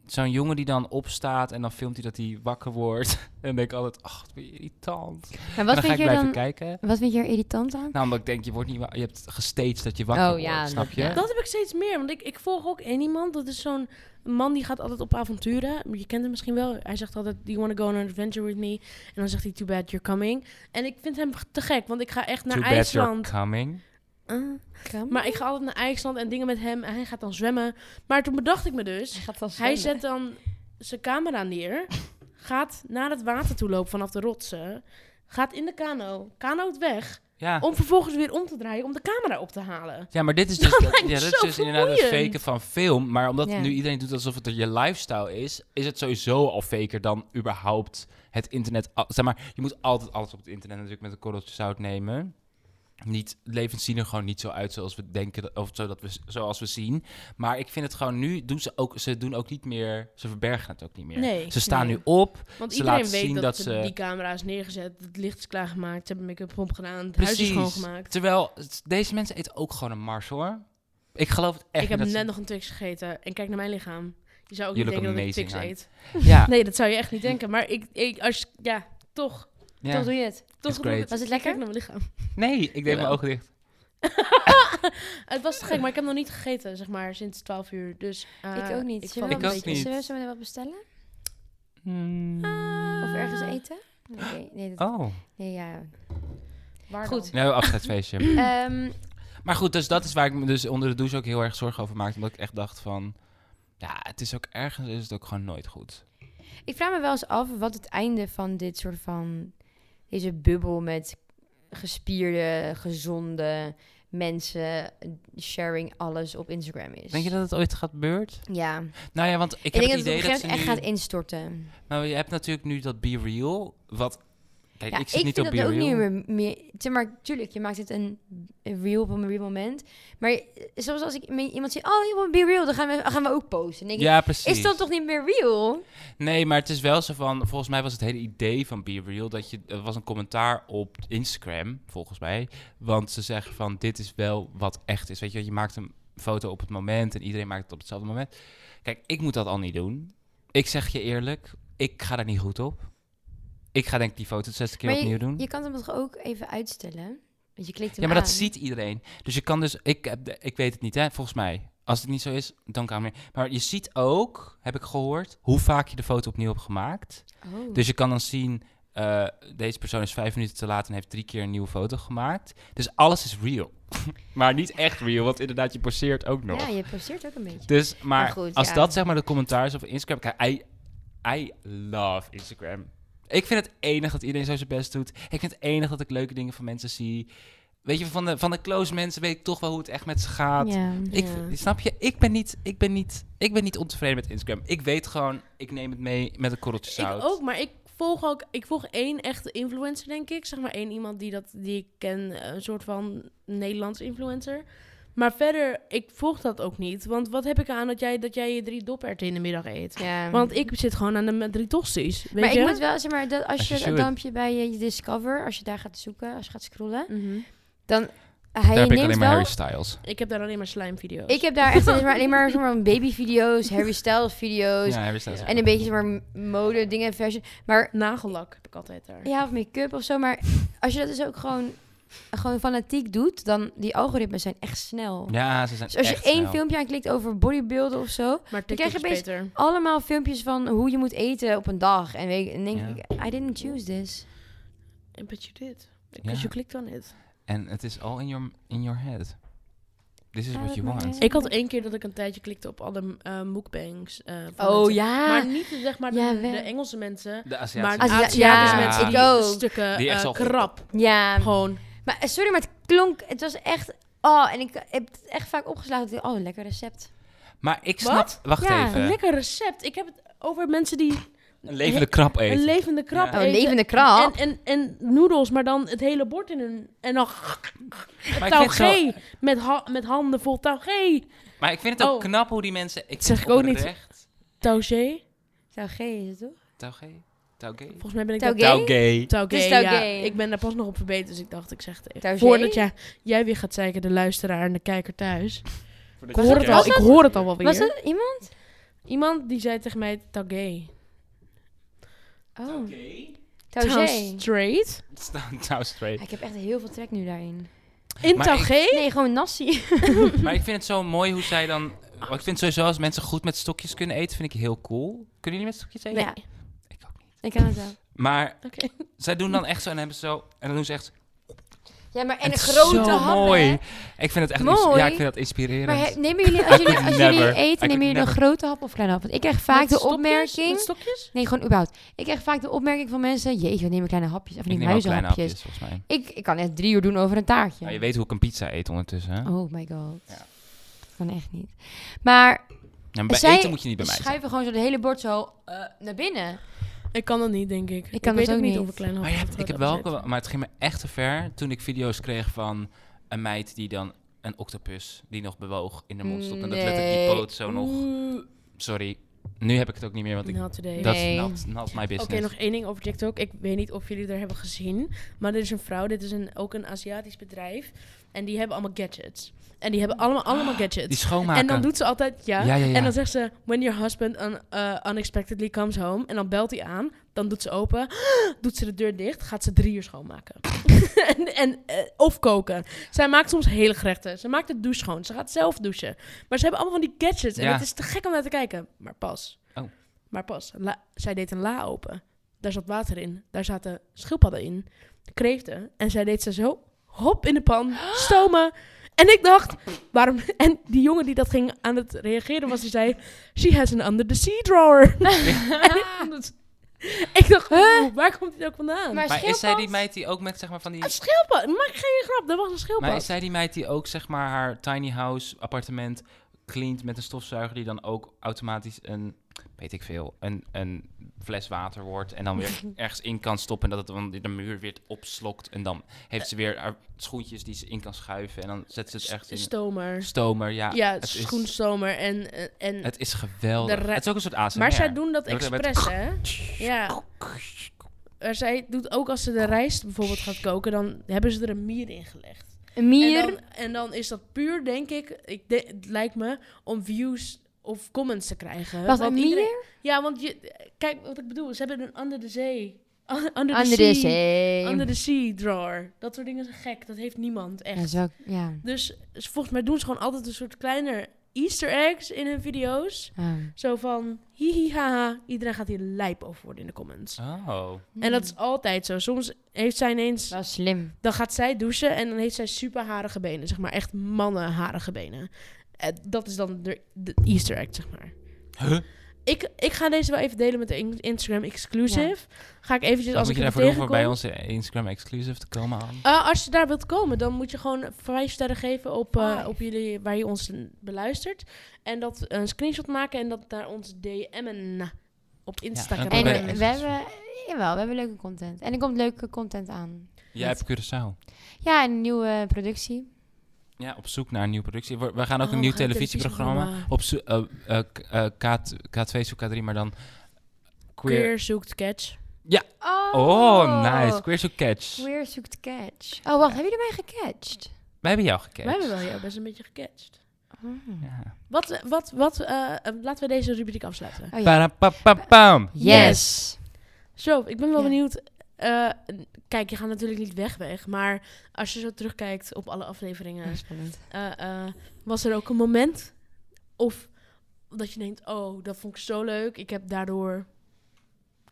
Speaker 3: Zo'n jongen die dan opstaat en dan filmt hij dat hij wakker wordt. En dan denk ik altijd, ach, wat ben je irritant.
Speaker 4: Maar
Speaker 3: En
Speaker 4: wat
Speaker 3: dan ga
Speaker 4: vind
Speaker 3: ik
Speaker 4: je
Speaker 3: blijven
Speaker 4: dan...
Speaker 3: kijken.
Speaker 4: Wat vind je er irritant aan?
Speaker 3: Nou, omdat ik denk, je, wordt niet wa- je hebt gestaged dat je wakker
Speaker 4: Oh, ja,
Speaker 3: wordt, snap je?
Speaker 4: ja.
Speaker 2: Dat heb ik steeds meer, want ik, ik volg ook één iemand. Dat is zo'n man die gaat altijd op avonturen. Je kent hem misschien wel. Hij zegt altijd, do you want to go on an adventure with me? En dan zegt hij, too bad you're coming. En ik vind hem te gek, want ik ga echt naar
Speaker 3: Too bad
Speaker 2: IJsland.
Speaker 3: you're coming.
Speaker 2: Ah, maar ik ga altijd naar IJsland en dingen met hem. En hij gaat dan zwemmen. Maar toen bedacht ik me dus,
Speaker 4: gaat dan
Speaker 2: hij zet dan zijn camera neer. Gaat naar het water toe lopen vanaf de rotsen. Gaat in de kano. Kanoot weg.
Speaker 3: Ja.
Speaker 2: Om vervolgens weer om te draaien om de camera op te halen.
Speaker 3: ja, maar dit is
Speaker 2: Dat
Speaker 3: dus,
Speaker 2: lijkt me
Speaker 3: ja, dit
Speaker 2: zo
Speaker 3: is dus inderdaad het
Speaker 2: vermoeiend.
Speaker 3: faken van film. Maar omdat
Speaker 4: Ja.
Speaker 3: nu iedereen doet alsof het je lifestyle is, is het sowieso al faker dan überhaupt het internet. al- Zeg maar, je moet altijd alles op het internet natuurlijk met een korreltje zout nemen. Niet, levens zien er gewoon niet zo uit zoals we denken, dat- of zodat we, zoals we zien. Maar ik vind het gewoon nu, doen ze, ook, ze doen ook niet meer, ze verbergen het ook niet meer.
Speaker 2: Nee,
Speaker 3: ze staan
Speaker 4: nee.
Speaker 3: nu op,
Speaker 2: Want
Speaker 3: Ze
Speaker 2: iedereen
Speaker 3: laten
Speaker 2: weet
Speaker 3: zien
Speaker 2: dat,
Speaker 3: dat
Speaker 2: ze
Speaker 3: ze-
Speaker 2: die camera is neergezet, het licht is klaargemaakt, ze hebben make-up pomp gedaan, het huis is
Speaker 3: Precies.
Speaker 2: schoongemaakt.
Speaker 3: Terwijl het- deze mensen eten ook gewoon een mars hoor. Ik geloof het echt
Speaker 2: ik heb
Speaker 3: niet
Speaker 2: net
Speaker 3: dat ze-
Speaker 2: nog een Twix gegeten en kijk naar mijn lichaam. Je zou ook
Speaker 3: You
Speaker 2: niet
Speaker 3: look
Speaker 2: denken dat ik
Speaker 3: amazing,
Speaker 2: Twix
Speaker 3: Han.
Speaker 2: eet.
Speaker 3: Ja,
Speaker 2: Nee, dat zou je echt niet denken. Maar ik, ik als, ja, toch.
Speaker 3: ja.
Speaker 4: Toch doe je het.
Speaker 2: toch
Speaker 3: It's
Speaker 2: doe ik
Speaker 3: great.
Speaker 4: Was
Speaker 2: Ik
Speaker 4: het lekker?
Speaker 2: Kijk naar mijn lichaam.
Speaker 3: Nee, ik deed mijn
Speaker 2: Jawel.
Speaker 3: ogen dicht.
Speaker 2: Het was te gek, maar ik heb nog niet gegeten, zeg maar, sinds 12 uur. Dus, eh,
Speaker 4: ik ook niet.
Speaker 2: val
Speaker 4: Zullen we,
Speaker 3: Ik
Speaker 2: een
Speaker 3: ook
Speaker 2: beetje-
Speaker 3: niet.
Speaker 4: Zullen we zo meteen wat bestellen? Of Hmm.
Speaker 2: Ah.
Speaker 4: ergens eten? Nee, nee, dat,
Speaker 3: Oh,
Speaker 4: nee ja.
Speaker 2: Waar
Speaker 4: Goed.
Speaker 2: dan?
Speaker 3: we hebben een afscheidsfeestje.
Speaker 4: Ehm,
Speaker 3: maar goed, dus dat is waar ik me dus onder de douche ook heel erg zorgen over maakte. Omdat ik echt dacht van, ja, het is ook ergens is het ook gewoon nooit goed.
Speaker 4: ik vraag me wel eens af wat het einde van dit soort van... Deze bubbel met gespierde, gezonde mensen... Sharing alles op Instagram is.
Speaker 3: Denk je dat het ooit gaat gebeurt?
Speaker 4: Ja.
Speaker 3: Nou ja, want ik,
Speaker 4: Ik,
Speaker 3: heb
Speaker 4: denk
Speaker 3: het
Speaker 4: dat het op een
Speaker 3: idee dat
Speaker 4: gegeven
Speaker 3: ze
Speaker 4: moment echt
Speaker 3: nu...
Speaker 4: gaat instorten.
Speaker 3: Nou, je hebt natuurlijk nu dat Be Real, wat... Kijk,
Speaker 4: Ja,
Speaker 3: ik zit
Speaker 4: ik
Speaker 3: niet
Speaker 4: vind
Speaker 3: op
Speaker 4: dat
Speaker 3: Be
Speaker 4: ook
Speaker 3: Real.
Speaker 4: niet meer, meer... Zeg maar, tuurlijk, je maakt het een, een real op een real moment. Maar je- soms als ik me- iemand zie... Oh, je moet be real, dan gaan we, gaan we ook posten. Dan denk ik,
Speaker 3: Ja, precies.
Speaker 4: is dat toch niet meer real?
Speaker 3: Nee, maar het is wel zo van. Volgens mij was het hele idee van Be Real dat je. Er was een commentaar op Instagram, volgens mij. Want ze zeggen van: dit is wel wat echt is. Weet je, je maakt een foto op het moment en iedereen maakt het op hetzelfde moment. Kijk, ik moet dat al niet doen. Ik zeg je eerlijk, ik ga daar niet goed op. Ik ga denk ik die foto 60 keer
Speaker 4: Maar
Speaker 3: opnieuw doen.
Speaker 4: Je kan het toch ook even uitstellen? Want je klikt hem
Speaker 3: Ja, maar dat
Speaker 4: aan.
Speaker 3: ziet iedereen. Dus je kan dus, ik, heb de- ik weet het niet, hè, volgens mij. Als het niet zo is, dan kan het meer. Maar je ziet ook, heb ik gehoord, hoe vaak je de foto opnieuw hebt gemaakt.
Speaker 4: Oh.
Speaker 3: Dus je kan dan zien, eh, deze persoon is vijf minuten te laat en heeft drie keer een nieuwe foto gemaakt. Dus alles is real. maar niet echt real, want inderdaad, je poseert ook nog.
Speaker 4: Ja, je posteert ook een beetje.
Speaker 3: Dus, maar
Speaker 4: Maar goed,
Speaker 3: als
Speaker 4: ja.
Speaker 3: dat zeg maar de commentaar is op Instagram, kijk, I, I love Instagram. Ik vind het enig dat iedereen zo zijn best doet. Ik vind het enig dat ik leuke dingen van mensen zie. Weet je, van de, van de close mensen weet ik toch wel hoe het echt met ze gaat.
Speaker 4: Ja.
Speaker 3: Ik,
Speaker 2: Ja.
Speaker 3: Snap je? Ik ben, niet, ik, ben niet, ik ben niet ontevreden met Instagram. Ik weet gewoon, ik neem het mee met een korreltje zout.
Speaker 2: Ik ook, maar ik volg ook... Ik volg één echte influencer, denk ik. Zeg maar één iemand die, dat, die ik ken, eh, een soort van Nederlands influencer. Maar verder, ik volg dat ook niet. Want wat heb ik aan dat jij, dat jij je drie doperten in de middag eet?
Speaker 4: Ja.
Speaker 2: Want ik zit gewoon aan de met drie tosti's. Weet
Speaker 4: maar
Speaker 2: je?
Speaker 4: ik moet wel, zeg maar, dat als,
Speaker 3: Als je
Speaker 4: je dat
Speaker 3: zoet-
Speaker 4: dampje bij je, je Discover, als je daar gaat zoeken, als je gaat scrollen,
Speaker 2: Mhm.
Speaker 4: dan eh,
Speaker 3: Daar
Speaker 4: hij
Speaker 3: heb ik
Speaker 4: neemt
Speaker 3: alleen maar
Speaker 4: wel...
Speaker 3: Harry Styles.
Speaker 2: Ik heb daar alleen maar slijmvideo's.
Speaker 4: Ik heb daar echt alleen maar, alleen maar, zeg maar babyvideo's, Harry Styles video's
Speaker 3: Ja, Harry Styles.
Speaker 2: Ja.
Speaker 4: en een beetje zeg maar, mode, dingen, fashion. Maar
Speaker 2: Nagellak heb ik altijd daar.
Speaker 4: ja, of make-up of zo. Maar als je dat dus ook gewoon, gewoon fanatiek doet, dan die algoritmes zijn echt snel.
Speaker 3: Ja, ze zijn
Speaker 4: Dus als je
Speaker 3: echt
Speaker 4: één
Speaker 3: snel.
Speaker 4: filmpje aanklikt over bodybuilden of zo,
Speaker 2: Maar
Speaker 4: Dan
Speaker 2: TikTok
Speaker 4: krijg je
Speaker 2: is
Speaker 4: opeens-
Speaker 2: beter.
Speaker 4: allemaal filmpjes van hoe je moet eten op een dag. En, weet, en denk
Speaker 3: Ja.
Speaker 4: ik, I didn't choose this.
Speaker 2: But you did.
Speaker 3: Ja.
Speaker 2: Because you clicked on it.
Speaker 3: En het is all in your, in your head. This is
Speaker 4: Ja,
Speaker 3: what
Speaker 4: dat
Speaker 3: you
Speaker 4: maakt
Speaker 3: want.
Speaker 4: niet
Speaker 2: Ik had één keer dat ik een tijdje klikte op alle eh mukbangs. eh, van
Speaker 4: Oh
Speaker 2: mensen.
Speaker 4: ja.
Speaker 2: Maar niet de- zeg maar de,
Speaker 4: Ja,
Speaker 2: de
Speaker 4: wel.
Speaker 2: Engelse mensen.
Speaker 3: De
Speaker 2: Maar
Speaker 3: Aziatische.
Speaker 4: Aziatische-
Speaker 2: Aziatische
Speaker 4: Ja,
Speaker 2: mensen
Speaker 3: ik
Speaker 2: die
Speaker 4: ook.
Speaker 2: stukken
Speaker 3: Die echt
Speaker 2: eh,
Speaker 3: zo-
Speaker 2: krap.
Speaker 4: Ja,
Speaker 3: Oh.
Speaker 2: Gewoon.
Speaker 4: maar eh, sorry, maar het klonk, het was echt, oh, en ik heb het echt vaak opgeslagen. Ik dacht, oh, lekker recept.
Speaker 3: Maar ik snap...
Speaker 2: Wat?
Speaker 3: Wacht
Speaker 4: Ja,
Speaker 3: even.
Speaker 2: Een lekker recept. Ik heb het over mensen die
Speaker 3: Een levende krap
Speaker 2: een
Speaker 3: eten.
Speaker 2: levende krab
Speaker 3: Ja.
Speaker 4: Oh,
Speaker 2: eten.
Speaker 4: levende krab.
Speaker 2: En, en, en noedels, maar dan het hele bord in hun... En dan
Speaker 3: maar,
Speaker 2: touw
Speaker 3: ik
Speaker 2: G.
Speaker 3: vind het
Speaker 2: Met, ha- met handen vol touw G.
Speaker 3: zo- maar ik vind het ook
Speaker 2: Oh.
Speaker 3: knap hoe die mensen... Ik
Speaker 2: zeg
Speaker 3: vind
Speaker 2: ik ook niet.
Speaker 3: oprecht-
Speaker 2: Touw G.
Speaker 4: Zou G is het toch?
Speaker 3: Tau gay? Tau gay?
Speaker 2: Volgens mij ben ik
Speaker 4: Touw
Speaker 2: dat-
Speaker 4: Gay?
Speaker 3: Tau gay.
Speaker 2: Touw
Speaker 4: Dus
Speaker 2: gay,
Speaker 4: touw
Speaker 2: ja.
Speaker 4: gay.
Speaker 2: Ik ben daar pas nog op verbeterd, dus ik dacht, ik zeg het even.
Speaker 4: Touw gay?
Speaker 2: Voordat jij, jij weer gaat zeiken, de luisteraar en de kijker thuis. Ik
Speaker 3: Voordat je
Speaker 2: hoor het al,
Speaker 3: kijkt.
Speaker 2: ik hoor het al wel weer.
Speaker 4: Was dat iemand?
Speaker 2: Iemand die zei tegen mij, touw gay.
Speaker 4: Oh,
Speaker 3: Gay?
Speaker 2: Touw
Speaker 4: touché.
Speaker 2: straight.
Speaker 3: Het staat Tau straight.
Speaker 4: Ik heb echt heel veel trek nu daarin.
Speaker 2: In
Speaker 3: Maar
Speaker 2: touw
Speaker 3: ik-
Speaker 2: G.
Speaker 4: Nee, gewoon nasi.
Speaker 3: Maar ik vind het zo mooi hoe zij dan... Ik vind het sowieso als mensen goed met stokjes kunnen eten, vind ik heel cool. Kunnen jullie met stokjes eten?
Speaker 4: Ja,
Speaker 3: Ik ook niet.
Speaker 4: ik kan het wel.
Speaker 3: Maar
Speaker 2: Oké.
Speaker 3: zij doen dan echt zo en hebben ze zo... En dan doen ze echt...
Speaker 4: Ja, maar en
Speaker 3: het
Speaker 4: een
Speaker 3: is
Speaker 4: grote
Speaker 3: zo
Speaker 4: hap,
Speaker 3: mooi.
Speaker 4: hè?
Speaker 3: Ik vind het echt...
Speaker 4: Mooi.
Speaker 3: ins- Ja, ik vind dat inspirerend.
Speaker 4: Maar he- nemen jullie, als jullie, als jullie
Speaker 3: never. I
Speaker 4: eten,
Speaker 3: could
Speaker 4: nemen jullie een
Speaker 3: never.
Speaker 4: grote hap of kleine hap? Want ik krijg vaak
Speaker 2: Met
Speaker 4: de
Speaker 2: stokjes?
Speaker 4: opmerking...
Speaker 2: Met stokjes?
Speaker 4: Nee, gewoon überhaupt. Ik krijg vaak de opmerking van mensen... Jeetje, we nemen kleine hapjes. Of
Speaker 3: ik
Speaker 4: niet
Speaker 3: neem ook kleine
Speaker 4: muizenhapjes.
Speaker 3: hapjes, volgens mij.
Speaker 4: Ik, ik kan echt drie uur doen over een taartje.
Speaker 3: Nou, je weet hoe ik een pizza eet ondertussen, hè?
Speaker 4: Oh my god.
Speaker 3: Ja.
Speaker 4: Dat kan echt niet. Maar
Speaker 3: Ja, maar bij
Speaker 4: zij
Speaker 3: eten moet je niet bij mij zijn.
Speaker 4: schuiven gewoon zo de hele bord zo eh, naar binnen.
Speaker 2: Ik kan dat niet, denk ik.
Speaker 4: kan dat
Speaker 2: weet
Speaker 4: ook
Speaker 2: ook niet
Speaker 4: niet.
Speaker 2: of ik klein
Speaker 3: Maar
Speaker 2: hapje
Speaker 3: je
Speaker 2: of
Speaker 3: hebt, Oh ik
Speaker 2: groot
Speaker 3: heb wel,
Speaker 2: hapje eet.
Speaker 3: maar het ging me echt te ver toen ik video's kreeg van een meid die dan een octopus die nog bewoog in de mond stopte. En dat letterlijk die
Speaker 4: Nee.
Speaker 3: poot zo nog. Sorry, nu heb ik het ook niet meer, want ik,
Speaker 2: Not today.
Speaker 3: dat
Speaker 4: Nee.
Speaker 3: is not, not my
Speaker 2: Oké,
Speaker 3: business.
Speaker 2: nog één ding over TikTok. Ik weet niet of jullie er hebben gezien. Maar dit is een vrouw, dit is een, ook een Aziatisch bedrijf. En die hebben allemaal gadgets. En die hebben allemaal, allemaal
Speaker 3: Ah, Die
Speaker 2: gadgets.
Speaker 3: schoonmaken.
Speaker 2: En dan doet ze altijd, ja.
Speaker 3: Ja, ja, ja.
Speaker 2: En dan zegt ze, when your husband un- eh, unexpectedly comes home. En dan belt hij aan, dan doet ze open, doet ze de deur dicht, gaat ze drie uur schoonmaken. en, en, eh, of koken. Zij maakt soms hele gerechten. Ze maakt de douche schoon, ze gaat zelf douchen. Maar ze hebben allemaal van die gadgets. En
Speaker 3: Ja.
Speaker 2: het is te gek om naar te kijken. Maar pas.
Speaker 3: Oh.
Speaker 2: Maar pas. La- zij deed een la open. Daar zat water in. Daar zaten schildpadden in. Kreeften. En zij deed ze zo, hop in de pan, stomen. En ik dacht, waarom... En die jongen die dat ging aan het reageren was, die zei... She has an under the sea drawer. En ik vond het- ik dacht, huh? waar komt dit ook vandaan?
Speaker 4: Maar,
Speaker 3: maar is zij die
Speaker 4: schildpad?
Speaker 3: meid die ook met zeg maar van die.
Speaker 2: Een schildpad. Maak geen grap, dat was een schildpad.
Speaker 3: Maar is zij die meid die ook zeg maar haar tiny house appartement cleant met een stofzuiger die dan ook automatisch een weet ik veel, een, een fles water wordt en dan weer ergens in kan stoppen en dat het dan de muur weer opslokt en dan heeft ze weer haar schoentjes die ze in kan schuiven en dan zet ze het echt in
Speaker 2: Stomer.
Speaker 3: een stomer. Ja,
Speaker 2: Ja,
Speaker 3: het is-
Speaker 2: schoenstomer en... en- en
Speaker 3: Het is geweldig.
Speaker 2: De re-
Speaker 3: Het is ook een soort ASMR.
Speaker 2: maar zij doen dat
Speaker 3: Ja, dat werd-
Speaker 2: expres, hè? Ja. Maar zij doet ook als ze de rijst bijvoorbeeld gaat koken, dan hebben ze er een mier in gelegd.
Speaker 4: Een
Speaker 2: En
Speaker 4: mier.
Speaker 2: dan, en dan is dat puur, denk ik, ik de- het lijkt me, om views of comments te krijgen.
Speaker 4: Wacht,
Speaker 2: Want
Speaker 4: een
Speaker 2: iedereen-
Speaker 4: mier?
Speaker 2: Ja, want je, kijk wat ik bedoel, ze hebben een under the zee. Under, the
Speaker 4: Under the
Speaker 2: sea.
Speaker 4: sea.
Speaker 2: Under the sea drawer. Dat soort dingen zijn gek, dat heeft niemand, echt.
Speaker 4: Ja, zo, ja.
Speaker 2: Dus s- volgens mij doen ze gewoon altijd een soort kleine easter eggs in hun video's.
Speaker 4: Ah.
Speaker 2: Zo van, hihi, haha, iedereen gaat hier lijp over worden in de comments.
Speaker 3: Oh.
Speaker 2: En dat is altijd zo. Soms heeft zij ineens...
Speaker 4: Wel Hmm. slim.
Speaker 2: Dan gaat zij douchen en dan heeft zij super harige benen. Zeg maar echt mannenharige benen. Eh, dat is dan de, de easter egg, zeg maar.
Speaker 3: Huh?
Speaker 2: Ik, ik ga deze wel even delen met de in- Instagram exclusive. Ga ik eventjes,
Speaker 3: Wat
Speaker 2: als
Speaker 3: moet
Speaker 2: ik er
Speaker 3: je daarvoor doen voor
Speaker 2: tegenkom...
Speaker 3: bij onze Instagram exclusive te komen aan?
Speaker 2: Eh, als je daar wilt komen, dan moet je gewoon vijf sterren geven op, eh,
Speaker 4: Vijf.
Speaker 2: op jullie, waar je ons beluistert. En dat een screenshot maken en dat naar ons DM'en op Instagram.
Speaker 3: dan
Speaker 4: En
Speaker 3: ben je echt-
Speaker 4: we hebben, jawel, we hebben leuke content. En er komt leuke content aan.
Speaker 3: Jij hebt Curaçao.
Speaker 4: Ja, en een nieuwe productie.
Speaker 3: Ja, op zoek naar een nieuwe productie. We we gaan ook
Speaker 2: Oh,
Speaker 3: een nieuw
Speaker 2: we gaan een
Speaker 3: televisieprogramma.
Speaker 2: televisieprogramma.
Speaker 3: Op zo- eh, eh, k- eh, K2 K2 zoek K3, maar dan queer.
Speaker 2: Queer, zoekt catch.
Speaker 4: Oh,
Speaker 3: Oh, nice. Queer zoek catch.
Speaker 4: Queer zoekt catch. Oh, wacht. Hebben jullie mij gecatcht?
Speaker 3: Wij hebben jou gecatcht.
Speaker 2: Wij hebben wel jou best een beetje gecatcht.
Speaker 4: Hmm.
Speaker 3: Ja.
Speaker 2: Wat, eh, wat, wat, eh, eh, laten we deze rubriek afsluiten.
Speaker 4: Oh, ja.
Speaker 3: Parapapapam.
Speaker 4: Yes.
Speaker 2: Zo, ik ben wel
Speaker 4: Ja.
Speaker 2: benieuwd. eh, kijk, je gaat natuurlijk niet weg weg, maar als je zo terugkijkt op alle afleveringen,
Speaker 4: Spannend.
Speaker 2: eh, eh, was er ook een moment of dat je denkt, oh, dat vond ik zo leuk. Ik heb daardoor,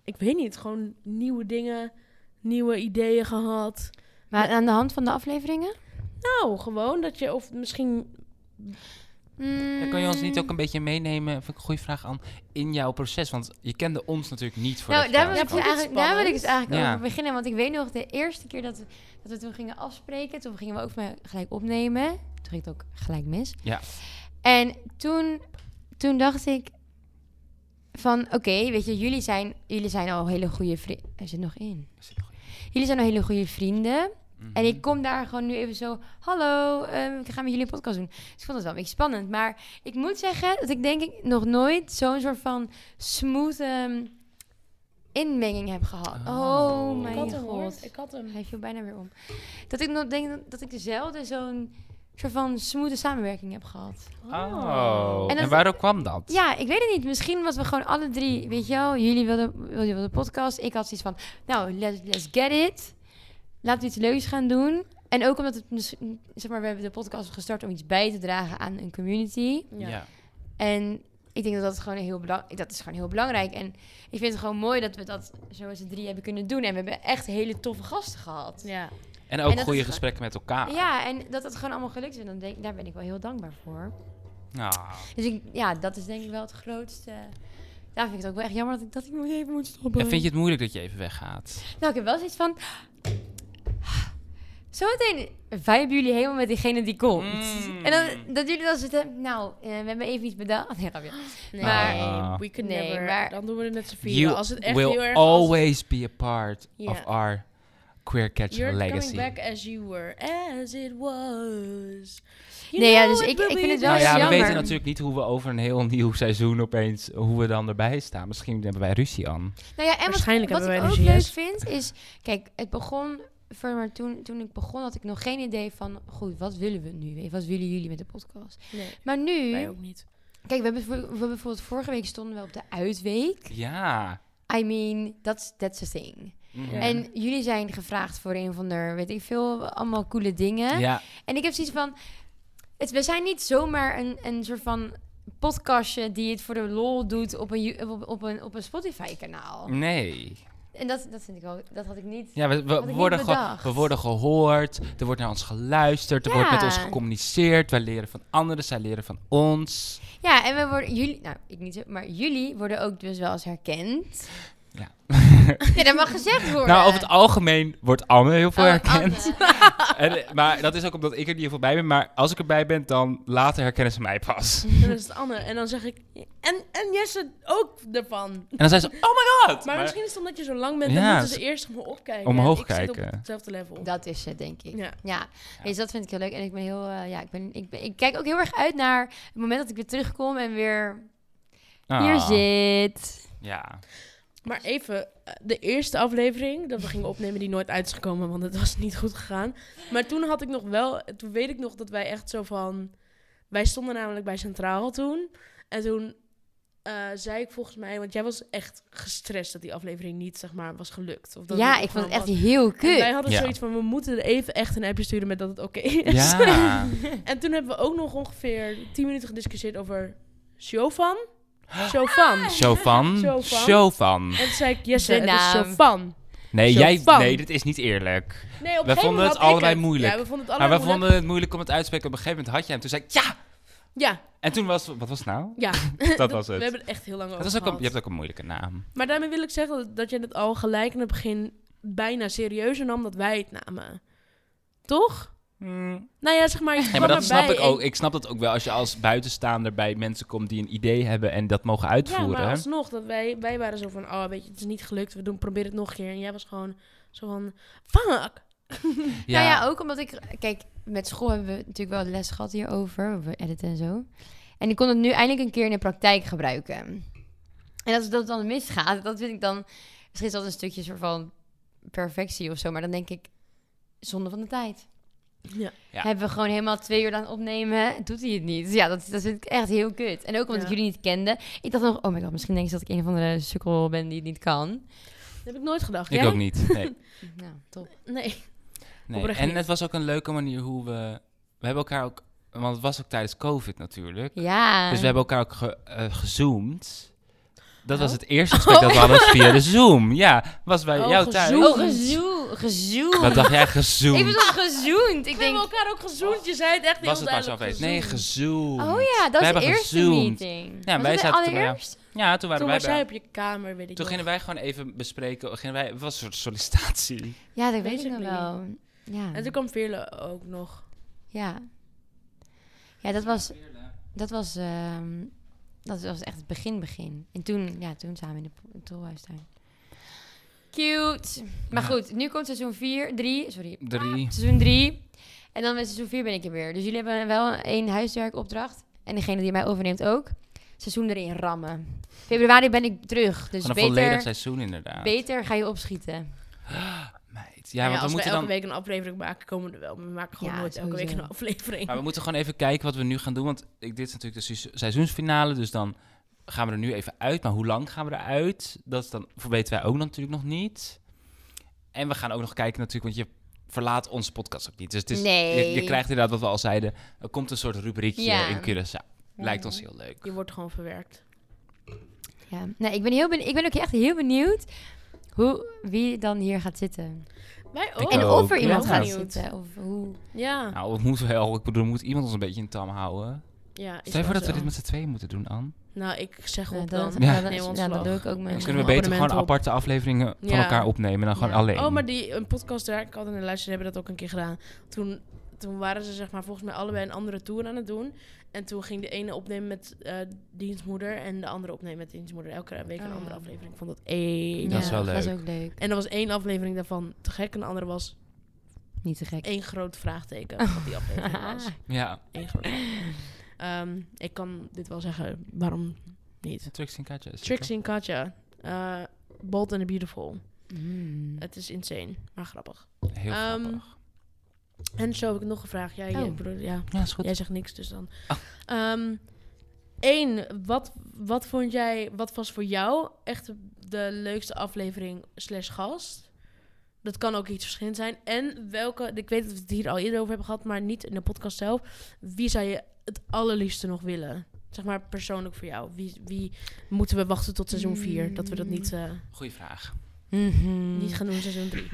Speaker 2: ik weet niet, gewoon nieuwe dingen, nieuwe ideeën gehad.
Speaker 4: Maar aan de hand van de afleveringen?
Speaker 2: Nou, gewoon dat je, of misschien
Speaker 3: Ja, Mm. kan je ons niet ook een beetje meenemen, vind ik een goede vraag aan, in jouw proces? Want je kende ons natuurlijk niet voor
Speaker 4: Nou, daar wil,
Speaker 2: Ja,
Speaker 4: ik
Speaker 2: vond ik
Speaker 4: dus
Speaker 2: het
Speaker 4: eigenlijk, daar wil ik dus
Speaker 2: spannend?
Speaker 4: eigenlijk
Speaker 3: Ja.
Speaker 4: over beginnen. Want ik weet nog de eerste keer dat we, dat we toen gingen afspreken. Toen gingen we ook me- gelijk opnemen. Toen ging het ook gelijk mis.
Speaker 3: Ja.
Speaker 4: En toen, toen dacht ik van... Oké, weet je, jullie zijn, jullie zijn al hele goede vrienden. Er zit nog in.
Speaker 3: Oh,
Speaker 4: Jullie zijn al hele goede vrienden. En ik kom daar gewoon nu even zo... Hallo, ehm, ik ga met jullie een podcast doen. Dus ik vond het wel een beetje spannend. Maar ik moet zeggen dat ik denk ik nog nooit zo'n soort van smooth ehm, inmenging heb gehad.
Speaker 3: Oh.
Speaker 4: Oh,
Speaker 3: Ik
Speaker 4: mijn
Speaker 2: ik had
Speaker 4: god.
Speaker 2: hem, hoor. Ik had hem.
Speaker 4: Hij viel bijna weer om. Dat ik nog denk dat, dat ik zelden zo'n soort van smooth samenwerking heb gehad.
Speaker 3: Oh. En,
Speaker 4: En dat-
Speaker 3: waarom kwam dat?
Speaker 4: Ja, ik weet het niet. Misschien was we gewoon alle drie, weet je wel, jullie wilden, wilden, wilden podcast. Ik had zoiets van, nou, let's, let's get it. Laten we iets leuks gaan doen. En ook omdat het misschien, zeg maar, we hebben de podcast gestart om iets bij te dragen aan een community.
Speaker 2: Ja.
Speaker 4: En ik denk dat dat gewoon heel belangrijk dat is gewoon heel belangrijk. En ik vind het gewoon mooi dat we dat zo met z'n drie hebben kunnen doen. En we hebben echt hele toffe gasten gehad. Ja,
Speaker 2: Ja.
Speaker 3: En ook
Speaker 4: dat
Speaker 3: goede
Speaker 4: is-
Speaker 3: gesprekken met elkaar.
Speaker 4: en dat het gewoon allemaal gelukt is. En dan denk, daar ben ik wel heel dankbaar voor.
Speaker 3: Ah.
Speaker 4: Dus ik, ja, dat is denk ik wel het grootste. Daar vind ik het ook wel echt jammer dat ik dat ik moet even moet stoppen.
Speaker 3: En vind je het moeilijk dat je even weggaat?
Speaker 4: Nou, ik heb wel zoiets van... Zometeen viben jullie helemaal met diegene die komt.
Speaker 3: Mm.
Speaker 4: En dan, dat jullie dan zitten... Nou, eh, we hebben even iets bedacht. Nee, grapje.
Speaker 2: Nee,
Speaker 3: Maar-
Speaker 2: we can
Speaker 4: Nee,
Speaker 2: never.
Speaker 4: maar-
Speaker 2: dan doen we het met z'n
Speaker 3: Ah. You
Speaker 2: vieren. Als het echt heel
Speaker 3: will
Speaker 2: erg... als-
Speaker 3: always be a part
Speaker 2: Ja.
Speaker 3: of our queer catch
Speaker 2: You're
Speaker 3: legacy.
Speaker 2: coming back as you were, as it was. You
Speaker 4: Nee, ja,
Speaker 2: know
Speaker 4: dus
Speaker 2: it
Speaker 4: ik-
Speaker 2: will
Speaker 4: ik
Speaker 2: be
Speaker 4: vind het wel
Speaker 3: Nou
Speaker 2: there.
Speaker 3: ja, we
Speaker 4: jammer.
Speaker 3: weten natuurlijk niet hoe we over een heel nieuw seizoen opeens, hoe we dan erbij staan. Misschien hebben wij ruzie aan.
Speaker 4: Nou ja, en wat,
Speaker 2: Waarschijnlijk
Speaker 4: wat
Speaker 2: hebben
Speaker 4: ik
Speaker 2: wij
Speaker 4: ook
Speaker 2: dus
Speaker 4: leuk
Speaker 2: yes.
Speaker 4: vind is... Kijk, het begon... Voor maar toen, toen ik begon had ik nog geen idee van... Goed, wat willen we nu? Wat willen jullie met de podcast?
Speaker 2: Nee,
Speaker 4: Maar nu...
Speaker 2: wij ook niet.
Speaker 4: Kijk, we hebben, voor- we hebben bijvoorbeeld vorige week stonden we op de uitweek.
Speaker 3: Ja.
Speaker 4: I mean, that's, that's a thing.
Speaker 3: Mhm.
Speaker 2: Ja.
Speaker 4: En jullie zijn gevraagd voor een van de, weet ik veel, allemaal coole dingen.
Speaker 3: ja.
Speaker 4: En ik heb zoiets van, het, we zijn niet zomaar een, een soort van podcastje die het voor de lol doet op een, Ju- op, op een, op een Spotify-kanaal.
Speaker 3: Nee.
Speaker 4: En dat, dat vind ik wel, dat had ik niet.
Speaker 3: Mm. Ja, we, we
Speaker 4: Had ik niet
Speaker 3: worden ge-
Speaker 4: bedacht.
Speaker 3: we worden gehoord, er wordt naar ons geluisterd, er wordt
Speaker 4: Ja.
Speaker 3: met ons gecommuniceerd. Wij leren van anderen, zij leren van ons.
Speaker 4: Ja, en we worden, jullie, nou, ik niet, zo, maar jullie worden ook dus wel eens herkend.
Speaker 3: Ja.
Speaker 4: Ja, dat mag gezegd worden.
Speaker 3: Nou, over het algemeen wordt Anne heel veel
Speaker 4: Oh,
Speaker 3: herkend.
Speaker 4: Anne.
Speaker 3: En, eh, maar dat is ook omdat ik er niet heel veel bij ben. Maar als ik erbij ben, dan later herkennen ze mij pas.
Speaker 2: En dan is het Anne. En dan zeg ik... En, en Jesse ook ervan.
Speaker 3: En dan zijn ze, oh my god!
Speaker 2: Maar, misschien is het omdat je zo lang bent,
Speaker 3: Ja,
Speaker 2: dan moeten
Speaker 3: ze-
Speaker 2: ze eerst omhoog opkijken.
Speaker 3: Omhoog
Speaker 2: ik zit op
Speaker 3: kijken.
Speaker 2: hetzelfde level.
Speaker 4: Dat is het, denk ik.
Speaker 2: Ja.
Speaker 4: Ja, dus dat vind ik heel leuk. En ik ben heel, eh, ja, ik, ben, ik, ben, ik kijk ook heel erg uit naar het moment dat ik weer terugkom en weer
Speaker 3: Ah,
Speaker 4: hier zit.
Speaker 3: Ja.
Speaker 2: Maar even, eh, de eerste aflevering dat we gingen opnemen, die nooit uit is gekomen, want het was niet goed gegaan. Maar toen had ik nog wel, toen weet ik nog dat wij echt zo van. Wij stonden namelijk bij Centraal toen. En toen eh, zei ik volgens mij, want jij was echt gestrest dat die aflevering niet, zeg maar, was gelukt. Of dat
Speaker 4: ja,
Speaker 2: niet
Speaker 4: ik vond het
Speaker 2: gewoon
Speaker 4: echt
Speaker 2: was.
Speaker 4: heel
Speaker 2: En wij
Speaker 4: kut.
Speaker 2: hadden
Speaker 3: Ja.
Speaker 2: zoiets van, we moeten er even echt een appje sturen met dat het oké is.
Speaker 3: Ja.
Speaker 2: En toen hebben we ook nog ongeveer 10 minuten gediscussieerd over Shovan. Shovan.
Speaker 3: Show van.
Speaker 2: Show van.
Speaker 3: Show van.
Speaker 2: En toen zei ik, yes,
Speaker 4: Ah. De
Speaker 2: het is
Speaker 4: naam.
Speaker 2: Shovan.
Speaker 3: Nee,
Speaker 2: Show
Speaker 3: jij,
Speaker 2: van.
Speaker 3: nee, dit is niet eerlijk.
Speaker 2: Nee, op
Speaker 3: Wij
Speaker 2: een gegeven
Speaker 3: vonden
Speaker 2: moment
Speaker 3: het
Speaker 2: had ik
Speaker 3: allebei moeilijk.
Speaker 2: Ja, we vonden het
Speaker 3: maar
Speaker 2: allebei
Speaker 3: we
Speaker 2: moeilijk.
Speaker 3: vonden het moeilijk om het uit te spreken. Op een gegeven moment had jij hem. Toen zei ik, ja!
Speaker 2: Ja,
Speaker 3: En toen was, wat was het nou?
Speaker 2: ja.
Speaker 3: Dat was
Speaker 2: We
Speaker 3: het.
Speaker 2: hebben het echt heel lang over
Speaker 3: Dat is ook een,
Speaker 2: gehad.
Speaker 3: je hebt ook een moeilijke naam.
Speaker 2: Maar daarmee wil ik zeggen dat- dat je het al gelijk in het begin bijna serieuzer nam dat wij het namen. Toch? Nou ja, zeg maar, je
Speaker 3: Mm. Ja,
Speaker 2: kwam
Speaker 3: maar dat snap
Speaker 2: erbij
Speaker 3: ik
Speaker 2: en-
Speaker 3: ook. Ik snap dat ook wel als je als buitenstaander bij mensen komt die een idee hebben en dat mogen
Speaker 2: Ja,
Speaker 3: uitvoeren.
Speaker 2: maar alsnog, dat wij, wij waren zo van, oh weet je, het is niet gelukt, we doen, probeer het nog een keer. En jij was gewoon zo van, fuck!
Speaker 4: Nou ja, ook Nou omdat ik, kijk, met school hebben we natuurlijk wel les gehad hierover, over editen en zo. En ik kon het nu eindelijk een keer in de praktijk gebruiken. En als dat dan misgaat, dat vind ik dan... Misschien is dat een stukje soort van perfectie of zo, maar dan denk ik, zonde van de tijd.
Speaker 2: Ja.
Speaker 3: Ja.
Speaker 4: Hebben we gewoon helemaal twee uur aan opnemen, doet hij het niet. Dus Ja, dat, dat vind ik echt heel kut. En ook omdat
Speaker 2: Ja.
Speaker 4: ik jullie niet kende. Ik dacht nog, oh my god, misschien denken ze dat ik een of andere sukkel ben die het niet kan.
Speaker 2: Dat heb ik nooit gedacht.
Speaker 3: Ik
Speaker 2: Jij?
Speaker 3: ook niet. Nee.
Speaker 4: Nou, top.
Speaker 2: Nee.
Speaker 3: Nee,
Speaker 2: Oprecht
Speaker 3: en
Speaker 2: niet.
Speaker 3: het was ook een leuke manier hoe we... We hebben elkaar ook... Want het was ook tijdens COVID natuurlijk.
Speaker 4: Ja.
Speaker 3: Dus we hebben elkaar ook ge, eh, gezoomd. Dat was
Speaker 2: Oh.
Speaker 3: het eerste gesprek dat we hadden via de Zoom. Ja, was bij
Speaker 2: Oh,
Speaker 3: jou thuis.
Speaker 2: gezoomd.
Speaker 4: Oh, gezoen. Gezoen.
Speaker 3: Wat dacht jij
Speaker 4: Ik
Speaker 3: gezoomd?
Speaker 4: was al gezoend. Ik
Speaker 2: We hebben
Speaker 4: denk,
Speaker 2: elkaar ook gezoend. Je zei het echt heel
Speaker 3: Was het maar zo
Speaker 2: duidelijk,
Speaker 3: geweest? Nee,
Speaker 2: gezoend.
Speaker 3: gezoomd.
Speaker 4: oh ja, dat
Speaker 3: We
Speaker 4: is
Speaker 3: hebben
Speaker 4: de eerste
Speaker 3: gezoend.
Speaker 4: meeting.
Speaker 3: Ja,
Speaker 4: Was
Speaker 3: wij
Speaker 4: dat de
Speaker 3: zaten toen bij jou.
Speaker 4: allereerste?
Speaker 3: Ja, toen waren
Speaker 2: Toen
Speaker 3: wij
Speaker 2: was
Speaker 3: bij...
Speaker 2: jij op je kamer, weet ik
Speaker 3: Toen
Speaker 2: nog.
Speaker 3: gingen wij gewoon even bespreken. Gingen wij, het was een soort sollicitatie.
Speaker 4: Ja, dat weet ik nog
Speaker 2: Basically.
Speaker 4: wel. Ja.
Speaker 2: En toen kwam Veerle ook nog.
Speaker 4: Ja. Ja, dat was,
Speaker 2: Ah,
Speaker 4: dat was, ehm, dat was echt het begin begin. En toen, ja, toen samen in de po- tolhuistuin. Cute. Maar
Speaker 3: Ja.
Speaker 4: goed, nu komt seizoen 4, 3, sorry,
Speaker 2: dus
Speaker 3: Drie.
Speaker 4: seizoen 3. En dan met seizoen 4 ben ik er weer. Dus jullie hebben wel één huiswerkopdracht. En degene die mij overneemt ook. Seizoen erin rammen. Februari ben ik terug. Dus
Speaker 3: Van een
Speaker 4: beter,
Speaker 3: volledig seizoen inderdaad.
Speaker 4: beter ga je opschieten.
Speaker 3: Meid.
Speaker 2: Nou Ja,
Speaker 3: Ja, want
Speaker 2: als
Speaker 3: we
Speaker 2: we
Speaker 3: moeten
Speaker 2: elke
Speaker 3: dan...
Speaker 2: week een aflevering maken, komen er wel. We maken gewoon
Speaker 4: Ja,
Speaker 2: nooit elke
Speaker 4: sowieso.
Speaker 2: week een aflevering.
Speaker 3: Maar we moeten gewoon even kijken wat we nu gaan doen. Want ik, dit is natuurlijk de seizo- seizoensfinale. Dus dan gaan we er nu even uit. Maar hoe lang gaan we eruit? Dat is dan, voor weten wij ook natuurlijk nog niet. En we gaan ook nog kijken natuurlijk. Want je verlaat onze podcast ook niet. Dus het is,
Speaker 4: Nee.
Speaker 3: je, je krijgt inderdaad wat we al zeiden. Er komt een soort rubriekje
Speaker 4: Ja.
Speaker 3: in Curaçao. Lijkt ons heel
Speaker 2: Je
Speaker 3: leuk.
Speaker 2: wordt gewoon verwerkt.
Speaker 4: Ja. Nee, ik ben, heel benieuwd, ik ben ook echt heel benieuwd hoe, wie dan hier gaat zitten.
Speaker 2: Wij
Speaker 3: Ik
Speaker 2: ook.
Speaker 3: ook.
Speaker 4: En of er
Speaker 3: Oh, ja.
Speaker 4: iemand gaat
Speaker 2: Benieuwd.
Speaker 4: zitten. Of hoe.
Speaker 2: Ja.
Speaker 3: Nou, dat moeten we wel. Ik bedoel, moet iemand ons een beetje in tam houden.
Speaker 2: ja is
Speaker 3: Stel je voor
Speaker 2: wel
Speaker 3: dat we
Speaker 2: zo.
Speaker 3: dit met z'n tweeën moeten doen, Anne.
Speaker 2: Nou, ik zeg
Speaker 4: Ja,
Speaker 2: op
Speaker 4: dan,
Speaker 2: dan.
Speaker 4: ja,
Speaker 3: Ja.
Speaker 4: dan-
Speaker 2: Neem ons
Speaker 4: ja, dan
Speaker 2: slag.
Speaker 4: doe ik ook mee.
Speaker 3: Dan
Speaker 2: Ja.
Speaker 3: kunnen we
Speaker 2: Een
Speaker 3: beter gewoon
Speaker 2: abonnement op.
Speaker 3: aparte afleveringen van
Speaker 2: Ja.
Speaker 3: elkaar opnemen. Dan gewoon
Speaker 2: Ja.
Speaker 3: alleen.
Speaker 2: Oh, maar die, een podcast daar, ik had een luister, hebben dat ook een keer gedaan. Toen, toen waren ze zeg maar volgens mij allebei een andere tour aan het doen. En toen ging de ene opnemen met eh dienstmoeder en de andere opnemen met dienstmoeder. Elke week een
Speaker 4: Oh,
Speaker 2: andere
Speaker 4: ja.
Speaker 2: aflevering. Ik vond dat één.
Speaker 3: Dat is wel
Speaker 4: Dat is
Speaker 3: leuk.
Speaker 4: ook leuk.
Speaker 2: En er was één aflevering daarvan te gek en de andere was
Speaker 4: Niet te gek.
Speaker 2: één groot vraagteken. Wat die aflevering was.
Speaker 3: Ja,
Speaker 2: Eén groot vraagteken. Ehm, ik kan dit wel zeggen, waarom niet?
Speaker 3: tricks en katjes.
Speaker 2: Trixie en Katja, eh, Bold and the Beautiful.
Speaker 4: Mm.
Speaker 2: Het is insane, maar grappig.
Speaker 3: Heel
Speaker 2: Ehm,
Speaker 3: grappig.
Speaker 2: En zo heb ik nog gevraagd. Ja,
Speaker 4: Oh.
Speaker 2: ik bedoel, ja,
Speaker 3: Ja, is goed.
Speaker 2: jij zegt niks, dus dan.
Speaker 3: Ah.
Speaker 2: Eén, Eén, wat, wat vond jij, wat was voor jou echt de leukste aflevering slash gast? Dat kan ook iets verschillend zijn. En welke, ik weet dat we het hier al eerder over hebben gehad, maar niet in de podcast zelf. Wie zou je het allerliefste nog willen? Zeg maar persoonlijk voor jou. Wie, wie moeten we wachten tot seizoen 4? Dat we dat niet, eh,
Speaker 3: Goeie vraag.
Speaker 4: Mhm.
Speaker 2: niet gaan doen in seizoen 3.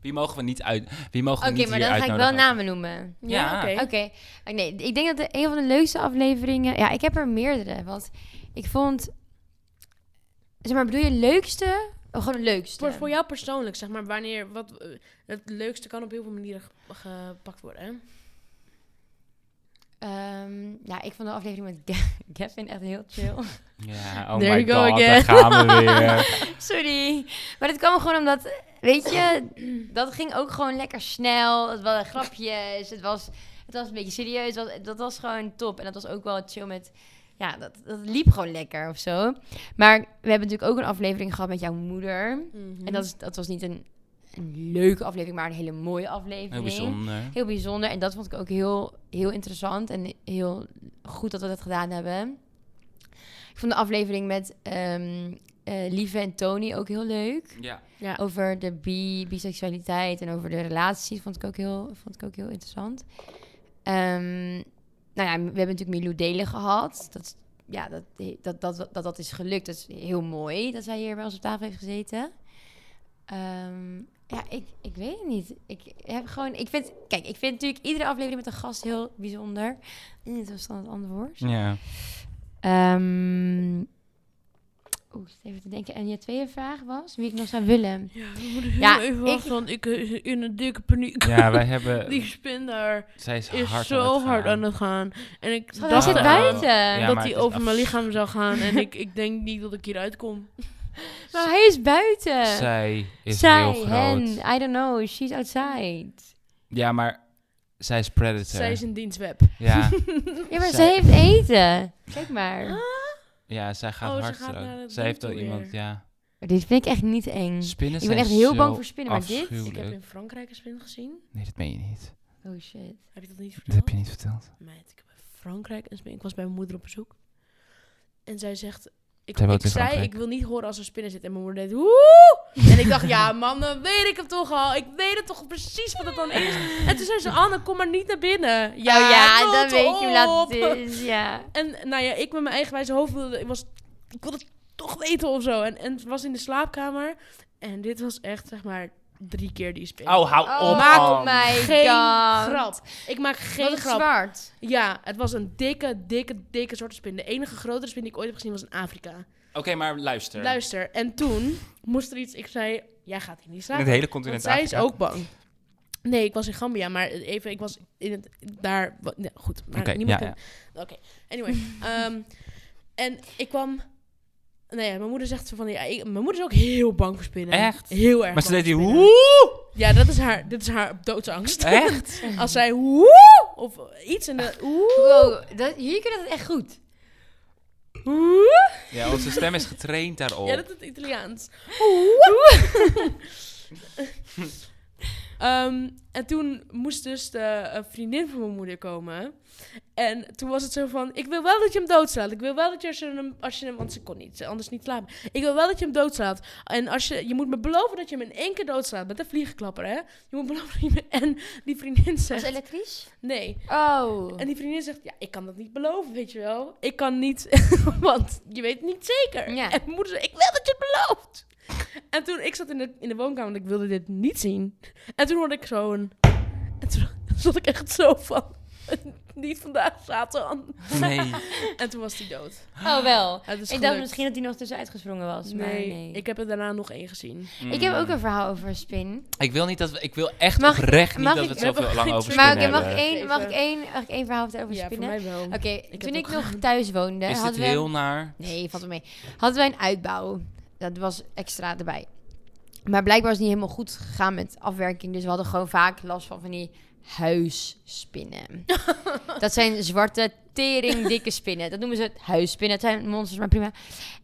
Speaker 3: Wie mogen we niet uit? Wie mogen
Speaker 4: Oké,
Speaker 3: we niet
Speaker 4: maar
Speaker 3: hier
Speaker 4: dan ga ik wel
Speaker 3: uitnodigen?
Speaker 4: namen noemen.
Speaker 3: Ja.
Speaker 4: Oké. Ah, Nee, ik denk dat de, een van de leukste afleveringen... Ja, ik heb er meerdere. Want ik vond... Zeg maar, bedoel je leukste? Oh, gewoon de leukste.
Speaker 2: Voor, voor jou persoonlijk, zeg maar, wanneer wat eh, het leukste kan op heel veel manieren ge- gepakt worden. Hè?
Speaker 4: Ehm, ja, ik vond de aflevering met Ga- Gavin echt heel chill.
Speaker 3: Ja, oh
Speaker 2: There
Speaker 3: my
Speaker 2: you go
Speaker 3: god,
Speaker 2: again.
Speaker 3: daar gaan we weer.
Speaker 4: Sorry. Maar dat kwam gewoon omdat, weet je, dat ging ook gewoon lekker snel. Het waren grapjes. Het was, het was een beetje serieus. Het was, dat was gewoon top. En dat was ook wel chill met, ja, dat, dat liep gewoon lekker of zo. Maar we hebben natuurlijk ook een aflevering gehad met jouw moeder.
Speaker 2: Mhm.
Speaker 4: En dat, is, dat was niet een, een leuke aflevering, maar een hele mooie aflevering.
Speaker 3: Heel bijzonder.
Speaker 4: Heel bijzonder. En dat vond ik ook heel, heel interessant. En heel goed dat we dat gedaan hebben. Ik vond de aflevering met ehm, eh, Lieve en Tony ook heel leuk.
Speaker 3: Ja.
Speaker 2: ja.
Speaker 4: Over de bi biseksualiteit en over de relaties vond ik ook heel, vond ik ook heel interessant. Ehm, nou ja, we hebben natuurlijk Milou Delen gehad. Dat, is- ja, dat, dat, dat, dat, dat is gelukt. Dat is heel mooi dat zij hier bij ons op tafel heeft gezeten. Ehm, ja, ik, ik weet het niet. Ik heb gewoon... Ik vind, kijk, ik vind natuurlijk iedere aflevering met een gast heel bijzonder. Niet zo standaard antwoord.
Speaker 3: Ja.
Speaker 4: Ehm Oeh, ik zit even te denken. En je tweede vraag was wie ik nog zou willen.
Speaker 2: Ja, we moeten heel
Speaker 4: Ja,
Speaker 2: even
Speaker 4: ik-
Speaker 2: wachten, want ik eh, in een dikke paniek.
Speaker 3: ja, wij hebben...
Speaker 2: Die spin daar
Speaker 3: zij is,
Speaker 2: is
Speaker 3: hard aan
Speaker 2: zo
Speaker 3: het
Speaker 2: hard
Speaker 3: gaan.
Speaker 2: aan het gaan. En ik
Speaker 4: Schat, hij
Speaker 2: dacht
Speaker 4: zit
Speaker 3: Ah.
Speaker 2: eraan
Speaker 4: buiten.
Speaker 3: Ja,
Speaker 2: dat hij
Speaker 3: maar het is
Speaker 2: over mijn
Speaker 3: af-
Speaker 2: lichaam zou gaan. En ik, ik denk niet dat ik hieruit kom.
Speaker 4: Maar Nou, hij is buiten.
Speaker 3: Zij is
Speaker 4: Zij,
Speaker 3: heel groot.
Speaker 4: hen, I don't know, she's outside.
Speaker 3: Ja, maar Zij is predator.
Speaker 2: Zij is een dienstweb.
Speaker 3: Ja,
Speaker 4: Ja, maar ze
Speaker 3: Zij-
Speaker 4: heeft eten. Kijk maar.
Speaker 3: ja, zij gaat
Speaker 2: Oh, ze
Speaker 3: hard
Speaker 2: gaat
Speaker 3: ook.
Speaker 2: naar het
Speaker 3: Zij
Speaker 2: ding
Speaker 3: heeft al
Speaker 2: toe
Speaker 3: iemand,
Speaker 2: weer.
Speaker 3: ja.
Speaker 4: Dit vind ik echt niet eng.
Speaker 3: Spinnen
Speaker 4: Hm. Ik ben
Speaker 3: zijn
Speaker 4: echt heel
Speaker 3: zo
Speaker 4: bang voor spinnen, maar dit-
Speaker 2: Ik heb
Speaker 3: afschuwelijk.
Speaker 2: in Frankrijk een spin gezien.
Speaker 3: Nee, dat meen je niet.
Speaker 4: Oh shit.
Speaker 2: Heb je dat niet
Speaker 3: Dat
Speaker 2: verteld?
Speaker 3: heb je niet verteld.
Speaker 2: Meid, ik heb in Frankrijk een spin. Ik was bij mijn moeder op bezoek. En zij zegt... Ik,
Speaker 3: Zij woont
Speaker 2: ik
Speaker 3: in
Speaker 2: zei,
Speaker 3: Frankrijk.
Speaker 2: ik wil niet horen als er spinnen zit. En mijn moeder deed... Woe! En ik dacht, ja man, dan weet ik het toch al. Ik weet het toch precies wat het dan is. En toen zei ze, Anne, kom maar niet naar binnen.
Speaker 4: Ja, oh, ja
Speaker 2: Ah, rot
Speaker 4: dan weet je hoe laat
Speaker 2: op.
Speaker 4: het is. Ja.
Speaker 2: En nou ja, ik met mijn eigen wijze hoofd wilde... Ik, was, ik wilde het toch weten of zo. En, en het was in de slaapkamer. En dit was echt, zeg maar, drie keer die spin.
Speaker 3: Oh, hou op.
Speaker 2: maak
Speaker 3: Anne.
Speaker 4: my
Speaker 2: Geen
Speaker 4: god.
Speaker 2: grap. Ik maak geen
Speaker 4: Wat een
Speaker 2: grap.
Speaker 4: zwart.
Speaker 2: Ja, het was een dikke, dikke, dikke zwarte spin. De enige grotere spin die ik ooit heb gezien was in Afrika.
Speaker 3: Oké, maar luister.
Speaker 2: Luister, en toen moest er iets... Ik zei, jij gaat hier niet
Speaker 3: In
Speaker 2: slapen.
Speaker 3: het hele
Speaker 2: Want
Speaker 3: continent
Speaker 2: zij is
Speaker 3: Afrika.
Speaker 2: ook bang. Nee, ik was in Gambia, maar even, ik was in het, daar... wa- nee, goed, maar
Speaker 3: Oké,
Speaker 2: niemand
Speaker 3: ja,
Speaker 2: kan- Oké, anyway. ehm, en ik kwam... Nee, mijn moeder zegt zo van... Ja, ik- mijn moeder is ook heel bang voor spinnen.
Speaker 3: Echt?
Speaker 2: Heel erg
Speaker 3: Maar ze
Speaker 2: bang
Speaker 3: deed die
Speaker 2: voor spinnen.
Speaker 3: woe!
Speaker 2: Ja, dat is haar, dit is haar doodsangst.
Speaker 3: Echt?
Speaker 2: Als zij woe of iets en dan woe.
Speaker 4: Wow, dat, jullie kunnen het echt goed.
Speaker 2: woe.
Speaker 3: Ja, want zijn stem is getraind daarop.
Speaker 2: Ja, dat is het Italiaans. Ehm, en toen moest dus de eh, vriendin van mijn moeder komen. En toen was het zo van, ik wil wel dat je hem doodslaat. Ik wil wel dat je als je hem, als je hem want ze kon niet, ze- anders niet slapen. Ik wil wel dat je hem doodslaat. En als je, je moet me beloven dat je hem in één keer doodslaat. Met een vliegenklapper, hè. Je moet beloven dat je me- En die vriendin
Speaker 4: Was
Speaker 2: zegt,
Speaker 4: elektrisch?
Speaker 2: nee.
Speaker 4: Oh.
Speaker 2: En die vriendin zegt, ja, ik kan dat niet beloven, weet je wel. Ik kan niet, want je weet het niet zeker.
Speaker 4: Ja.
Speaker 2: En mijn moeder zei, ik wil dat je het belooft. En toen, ik zat in de, in de woonkamer, want ik wilde dit niet zien. En toen hoorde ik zo een... En toen zat ik echt zo van... Niet vandaag, Satan.
Speaker 3: Nee.
Speaker 2: En toen was hij dood.
Speaker 4: Oh wel.
Speaker 2: Het is
Speaker 4: Ik dacht
Speaker 2: gelukt.
Speaker 4: misschien dat hij nog tussenuit gesprongen was.
Speaker 2: Nee,
Speaker 4: maar nee.
Speaker 2: ik heb er daarna nog één gezien.
Speaker 4: Ik
Speaker 3: Mm.
Speaker 4: heb ook een verhaal over een spin.
Speaker 3: Ik wil niet dat we... Ik wil echt
Speaker 4: Mag-
Speaker 3: oprecht niet
Speaker 4: mag
Speaker 3: dat
Speaker 4: ik-
Speaker 3: we het
Speaker 2: we hebben
Speaker 3: zoveel lang
Speaker 2: geen
Speaker 3: over
Speaker 2: twee
Speaker 4: Maar
Speaker 3: spinnen
Speaker 4: oké, mag, ik
Speaker 3: hebben.
Speaker 4: één- mag, ik
Speaker 2: Even.
Speaker 4: één- mag ik één verhaal vertellen over
Speaker 2: ja, voor
Speaker 4: spinnen?
Speaker 2: mij wel.
Speaker 4: Oké,
Speaker 2: heb
Speaker 4: toen
Speaker 2: het
Speaker 4: ik
Speaker 2: ook
Speaker 4: nog thuis woonde,
Speaker 3: Is dit
Speaker 4: hadden we...
Speaker 3: heel naar?
Speaker 4: Nee, valt wel mee. Hadden wij een uitbouw. Dat was extra erbij. Maar blijkbaar is het niet helemaal goed gegaan met afwerking. Dus we hadden gewoon vaak last van van die huisspinnen. dat zijn zwarte, tering, dikke spinnen. Dat noemen ze het huisspinnen. Het zijn monsters, maar prima.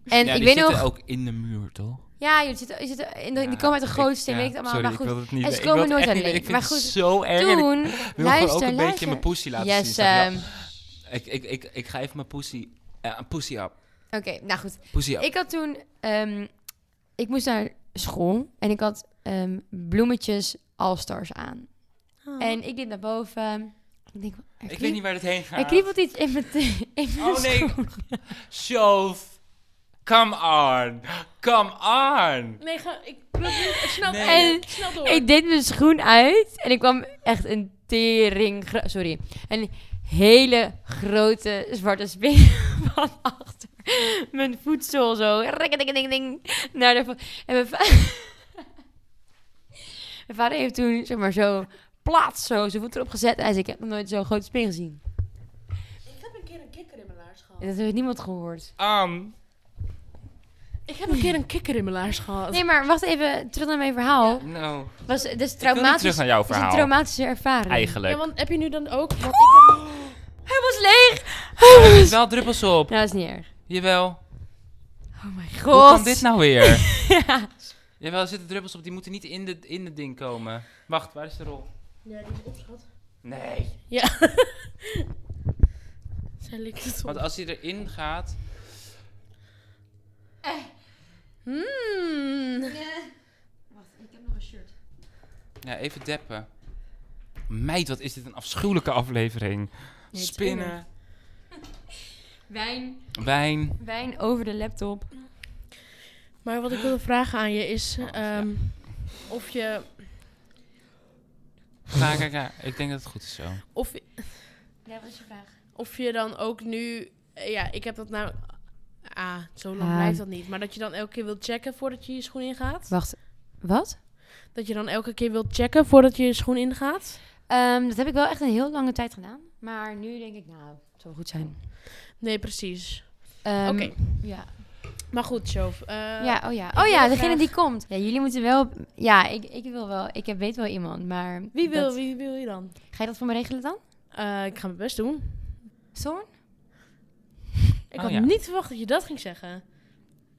Speaker 4: En
Speaker 3: ja,
Speaker 4: ik
Speaker 3: die
Speaker 4: weet
Speaker 3: zitten
Speaker 4: nog...
Speaker 3: ook in de muur, toch?
Speaker 4: Ja, je zit, je zit, en
Speaker 3: Ja,
Speaker 4: die komen uit de
Speaker 3: ik-
Speaker 4: grootste,
Speaker 3: ja,
Speaker 4: weet ik het allemaal.
Speaker 3: Sorry,
Speaker 4: maar goed,
Speaker 3: ik wil het niet
Speaker 4: En ze
Speaker 3: ik wil
Speaker 4: komen
Speaker 3: het
Speaker 4: nooit
Speaker 3: echt niet
Speaker 4: alleen.
Speaker 3: weten. Ik
Speaker 4: Maar
Speaker 3: vind
Speaker 4: goed,
Speaker 3: het zo erg. en
Speaker 4: toen...
Speaker 3: ik wil
Speaker 4: luister,
Speaker 3: gewoon ook een beetje
Speaker 4: luister.
Speaker 3: mijn poesie laten zien.
Speaker 4: Yes,
Speaker 3: snap je wel?
Speaker 4: ehm,
Speaker 3: Ik, ik, ik, ik ga even mijn poesie... eh, Een poesie up.
Speaker 4: Oké, nou goed.
Speaker 3: Poesie up.
Speaker 4: Ik had toen... ehm, ik moest naar school en ik had ehm, bloemetjes All-Stars aan.
Speaker 1: Oh.
Speaker 4: En ik liep naar boven. Ik, denk, er
Speaker 3: Ik
Speaker 4: kriep-
Speaker 3: weet niet waar dit heen
Speaker 4: Er
Speaker 3: gaat.
Speaker 4: kriebelt iets in mijn, in mijn
Speaker 3: Oh nee.
Speaker 4: schoen.
Speaker 3: Sjoof. Come on. Come on.
Speaker 2: Nee, ga, ik pluk nu snel,
Speaker 3: Nee.
Speaker 4: En
Speaker 2: snel door.
Speaker 4: Ik deed mijn schoen uit en ik kwam echt een tering... gro- Sorry. Een hele grote zwarte spin van achter mijn voedsel zo. Rikkidikkedikkedik, Naar de vo- en mijn, va- mijn vader heeft toen zeg maar zo plaats zo zijn voet erop gezet. En hij zei, ik heb nog nooit zo'n grote spin gezien.
Speaker 2: Ik heb een keer een kikker in mijn laars gehad.
Speaker 4: En dat heeft niemand gehoord.
Speaker 3: Aan.
Speaker 2: Ik heb een keer een kikker in mijn laars gehad.
Speaker 4: Nee, maar wacht even. Terug naar mijn verhaal.
Speaker 3: Nou.
Speaker 4: Was, dat is
Speaker 3: Ik wil niet terug
Speaker 4: traumatisch.
Speaker 3: naar jouw
Speaker 4: Dat is een
Speaker 3: verhaal.
Speaker 4: traumatische ervaring.
Speaker 2: Ja,
Speaker 3: Eigenlijk.
Speaker 2: want heb je nu dan ook... want
Speaker 4: Hij was leeg.
Speaker 3: Er zitten wel druppels op.
Speaker 4: Nou, dat is niet erg.
Speaker 3: Jawel.
Speaker 4: Oh mijn god.
Speaker 3: Hoe kan dit nou weer? Jawel, er zitten druppels op. Die moeten niet in de, in het ding komen. Wacht, waar is de rol?
Speaker 2: Ja, die is opschat.
Speaker 3: Nee.
Speaker 2: Zij likt het op.
Speaker 3: Want als hij erin gaat...
Speaker 2: Hmm.
Speaker 3: nou-
Speaker 4: Eh, Wacht, ik heb nog een shirt.
Speaker 3: Ja, even deppen. Meid, wat is dit een afschuwelijke aflevering.
Speaker 4: het is
Speaker 3: Spinnen,
Speaker 4: Wijn,
Speaker 3: wijn.
Speaker 4: wijn over de laptop.
Speaker 2: Maar wat ik wilde vragen aan je is...
Speaker 3: Oh,
Speaker 2: ehm, of je...
Speaker 3: Ga, ga, ga. Ik denk dat het goed is zo.
Speaker 2: Of,
Speaker 4: Ja, wat is je vraag?
Speaker 2: of je dan ook nu... eh, Ja, ik heb dat nou... Ah, zo lang
Speaker 4: Ah.
Speaker 2: blijft dat niet. Maar dat je dan elke keer wilt checken voordat je je schoen ingaat?
Speaker 4: Wacht, wat?
Speaker 2: Dat je dan elke keer wilt checken voordat je je schoen ingaat?
Speaker 4: Ehm, dat heb ik wel echt een heel lange tijd gedaan. Maar nu denk ik, nou, het zal wel goed zijn.
Speaker 2: Nee, precies.
Speaker 4: Ehm,
Speaker 2: Oké.
Speaker 4: Ja.
Speaker 2: Maar goed, Shove. eh,
Speaker 4: ja, oh ja.
Speaker 2: ik
Speaker 4: Oh
Speaker 2: wil
Speaker 4: ja,
Speaker 2: graag-
Speaker 4: degene die komt. Ja, jullie moeten wel... Ja, ik, ik wil wel... Ik heb, weet wel iemand, maar...
Speaker 2: Wie wil,
Speaker 4: dat-
Speaker 2: wie wil je dan?
Speaker 4: Ga je dat voor me regelen dan?
Speaker 2: Eh, ik ga mijn best doen.
Speaker 4: Zorn?
Speaker 2: Ik
Speaker 3: Oh,
Speaker 2: had
Speaker 3: ja.
Speaker 2: niet verwacht dat je dat ging zeggen.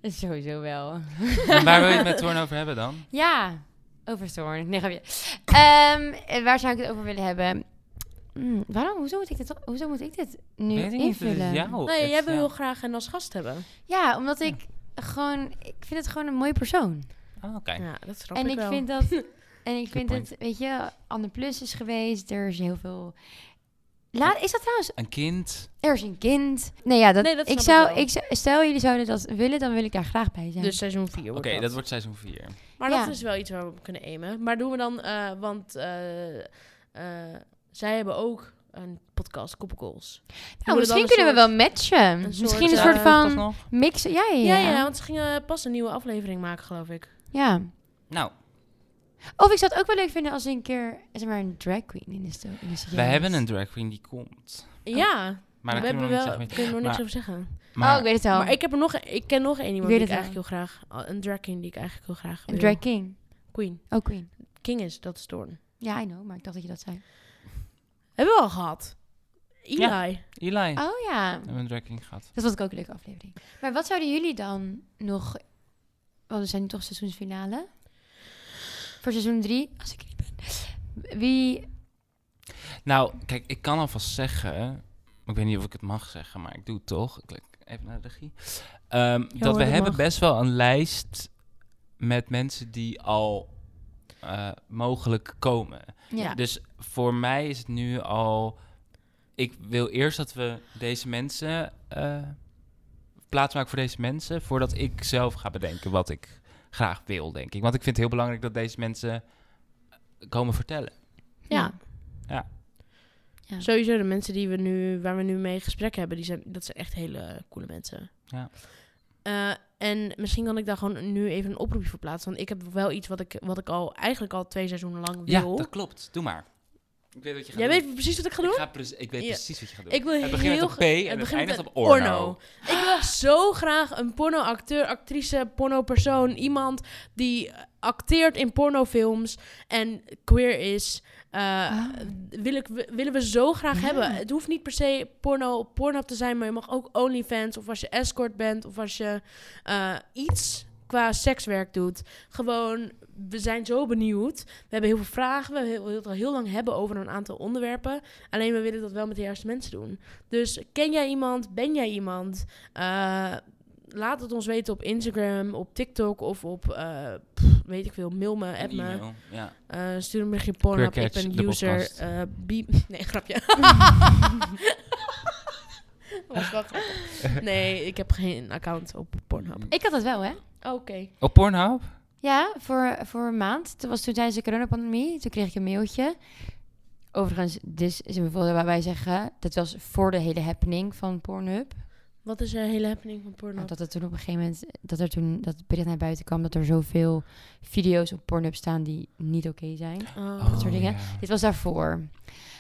Speaker 4: Sowieso wel.
Speaker 3: En waar wil je het met Thorn over hebben dan?
Speaker 4: Ja, over Zorn. Nee, grapje. Ehm, eh, waar zou ik het over willen hebben? Hmm, waarom? Hoezo moet ik dit, hoezo moet ik dit nu
Speaker 3: Weet ik niet, het is
Speaker 4: invullen?
Speaker 3: jou.
Speaker 2: nee,
Speaker 3: Het-
Speaker 2: jij wil
Speaker 3: ja.
Speaker 2: heel graag hen als gast hebben.
Speaker 4: Ja, omdat
Speaker 3: Ja.
Speaker 4: ik gewoon... Ik vind het gewoon een mooie persoon.
Speaker 3: Oh, Oké.
Speaker 2: Ja, dat snap
Speaker 4: En
Speaker 2: ik
Speaker 4: ik,
Speaker 2: wel.
Speaker 4: vind dat... En ik vind
Speaker 3: point.
Speaker 4: het... Weet je, Anne Plus is geweest. Er is heel veel... Laat, is dat trouwens...
Speaker 3: Een kind.
Speaker 4: Er is een kind. Nee, ja, dat,
Speaker 2: Nee, dat snap
Speaker 4: ik
Speaker 2: ik
Speaker 4: zou...
Speaker 2: wel.
Speaker 4: Ik zou stel, jullie zouden dat willen, dan wil ik daar graag bij zijn.
Speaker 2: Dus seizoen 4
Speaker 3: Oké,
Speaker 2: wordt dat.
Speaker 3: dat wordt seizoen 4.
Speaker 2: Maar
Speaker 4: Ja.
Speaker 2: dat is wel iets waar we op kunnen aimen. Maar doen we dan, eh, want eh, eh, zij hebben ook een podcast, Couple Goals. Doen
Speaker 4: nou,
Speaker 2: we dan
Speaker 4: misschien
Speaker 2: een
Speaker 4: kunnen we
Speaker 2: soort-
Speaker 4: wel matchen.
Speaker 2: een
Speaker 4: Misschien
Speaker 2: soort,
Speaker 4: een
Speaker 2: eh,
Speaker 4: soort
Speaker 3: Toch
Speaker 4: van
Speaker 3: nog?
Speaker 4: mix. Ja, ja,
Speaker 2: Ja,
Speaker 4: ja.
Speaker 2: ja, want ze gingen pas een nieuwe aflevering maken, geloof ik.
Speaker 4: ja.
Speaker 3: Nou,
Speaker 4: Of ik zou het ook wel leuk vinden als een keer zeg maar, een drag queen in de sto- in de serie
Speaker 3: wij
Speaker 4: is.
Speaker 3: hebben een drag queen die komt.
Speaker 4: Oh.
Speaker 2: Ja,
Speaker 3: Maar daar
Speaker 2: we
Speaker 3: kunnen
Speaker 2: hebben
Speaker 3: we nog
Speaker 2: wel,
Speaker 3: niet zeggen.
Speaker 2: we
Speaker 3: wie-
Speaker 2: kunnen nog niks
Speaker 3: Maar-
Speaker 2: over zeggen.
Speaker 3: Maar,
Speaker 4: Oh, ik weet het al.
Speaker 2: Maar ik, heb er nog, e- ik ken nog één iemand
Speaker 4: weet
Speaker 2: die ik
Speaker 4: het wel.
Speaker 2: eigenlijk heel graag... oh, Een drag king die ik eigenlijk heel graag
Speaker 4: Een
Speaker 2: wil.
Speaker 4: drag king.
Speaker 2: queen.
Speaker 4: Oh, queen.
Speaker 2: King is, dat is Thorn.
Speaker 4: Ja, I know, maar ik dacht dat je dat zei.
Speaker 2: Hebben we al gehad. Eli.
Speaker 3: Ja. Eli. We
Speaker 4: Oh ja.
Speaker 3: hebben een drag queen gehad.
Speaker 4: Dat vond ik ook een leuke aflevering. Maar wat zouden jullie dan nog... Want we zijn nu toch seizoensfinale. Voor seizoen drie, als ik er niet ben. Wie...
Speaker 3: Nou, kijk, ik kan alvast zeggen. Ik weet niet of ik het mag zeggen, maar ik doe het toch. Ik klik even naar de regie. Ehm, dat
Speaker 2: hoor,
Speaker 3: we
Speaker 2: dat
Speaker 3: hebben
Speaker 2: mag.
Speaker 3: best wel een lijst met mensen die al eh, mogelijk komen.
Speaker 4: Ja.
Speaker 3: Dus voor mij is het nu al. Ik wil eerst dat we deze mensen. eh plaats maken voor deze mensen. Voordat ik zelf ga bedenken wat ik graag wil, denk ik. Want ik vind het heel belangrijk dat deze mensen eh, komen vertellen.
Speaker 2: Ja.
Speaker 3: Ja.
Speaker 4: Ja.
Speaker 2: Sowieso de mensen die we nu, waar we nu mee gesprekken hebben, die zijn, dat zijn echt hele coole mensen.
Speaker 3: Ja.
Speaker 2: Eh, en misschien kan ik daar gewoon nu even een oproepje voor plaatsen. Want ik heb wel iets wat ik, wat ik al eigenlijk al twee seizoenen lang
Speaker 3: Ja,
Speaker 2: wil.
Speaker 3: dat klopt. Doe maar. Ik weet wat je gaat
Speaker 2: Jij
Speaker 3: doen.
Speaker 2: weet precies wat ik ga doen?
Speaker 3: Ik, ga preci- ik weet
Speaker 2: Ja.
Speaker 3: precies wat je gaat doen.
Speaker 2: Ik wil
Speaker 3: het begint
Speaker 2: heel
Speaker 3: met een P
Speaker 2: gra-
Speaker 3: en het
Speaker 2: begint
Speaker 3: eindigt
Speaker 2: met
Speaker 3: op Orno.
Speaker 2: Ik wil zo graag een pornoacteur, actrice, pornopersoon. Iemand die acteert in pornofilms en queer is. Eh,
Speaker 4: Ah.
Speaker 2: wil ik, willen we zo graag
Speaker 4: Ja.
Speaker 2: hebben. Het hoeft niet per se porno op Pornhub te zijn, maar je mag ook OnlyFans of als je escort bent of als je eh, iets qua sekswerk doet. Gewoon, we zijn zo benieuwd. We hebben heel veel vragen. We hebben- we willen het al heel lang hebben over een aantal onderwerpen. Alleen we willen dat wel met de juiste mensen doen. Dus ken jij iemand? Ben jij iemand? Eh, laat het ons weten op Instagram, op TikTok of op, eh, pff, weet ik veel, mail me, app
Speaker 3: Een
Speaker 2: me.
Speaker 3: e-mail, Ja.
Speaker 2: Eh, stuur een berichtje porn op. Ik
Speaker 3: Queercatch,
Speaker 2: ben
Speaker 3: de
Speaker 2: user.
Speaker 3: podcast.
Speaker 2: eh bi- nee, grapje. Dat was wel grappig. Nee, ik heb geen account op Pornhub.
Speaker 4: Ik had dat wel, hè?
Speaker 3: Mm.
Speaker 2: Oké.
Speaker 3: Op Pornhub?
Speaker 4: Ja, voor, voor een maand. Toen was toen tijdens de coronapandemie. Toen kreeg ik een mailtje. Overigens, dit is een bijvoorbeeld waarbij zeggen... Dat was voor de hele happening van Pornhub.
Speaker 2: Wat is de hele happening van
Speaker 3: Ah,
Speaker 2: Pornhub?
Speaker 4: Dat er toen op een gegeven moment... Dat er toen dat bericht naar buiten kwam... Dat er zoveel video's op Pornhub staan die niet oké zijn.
Speaker 2: Oh.
Speaker 4: soort dingen. Dit was daarvoor.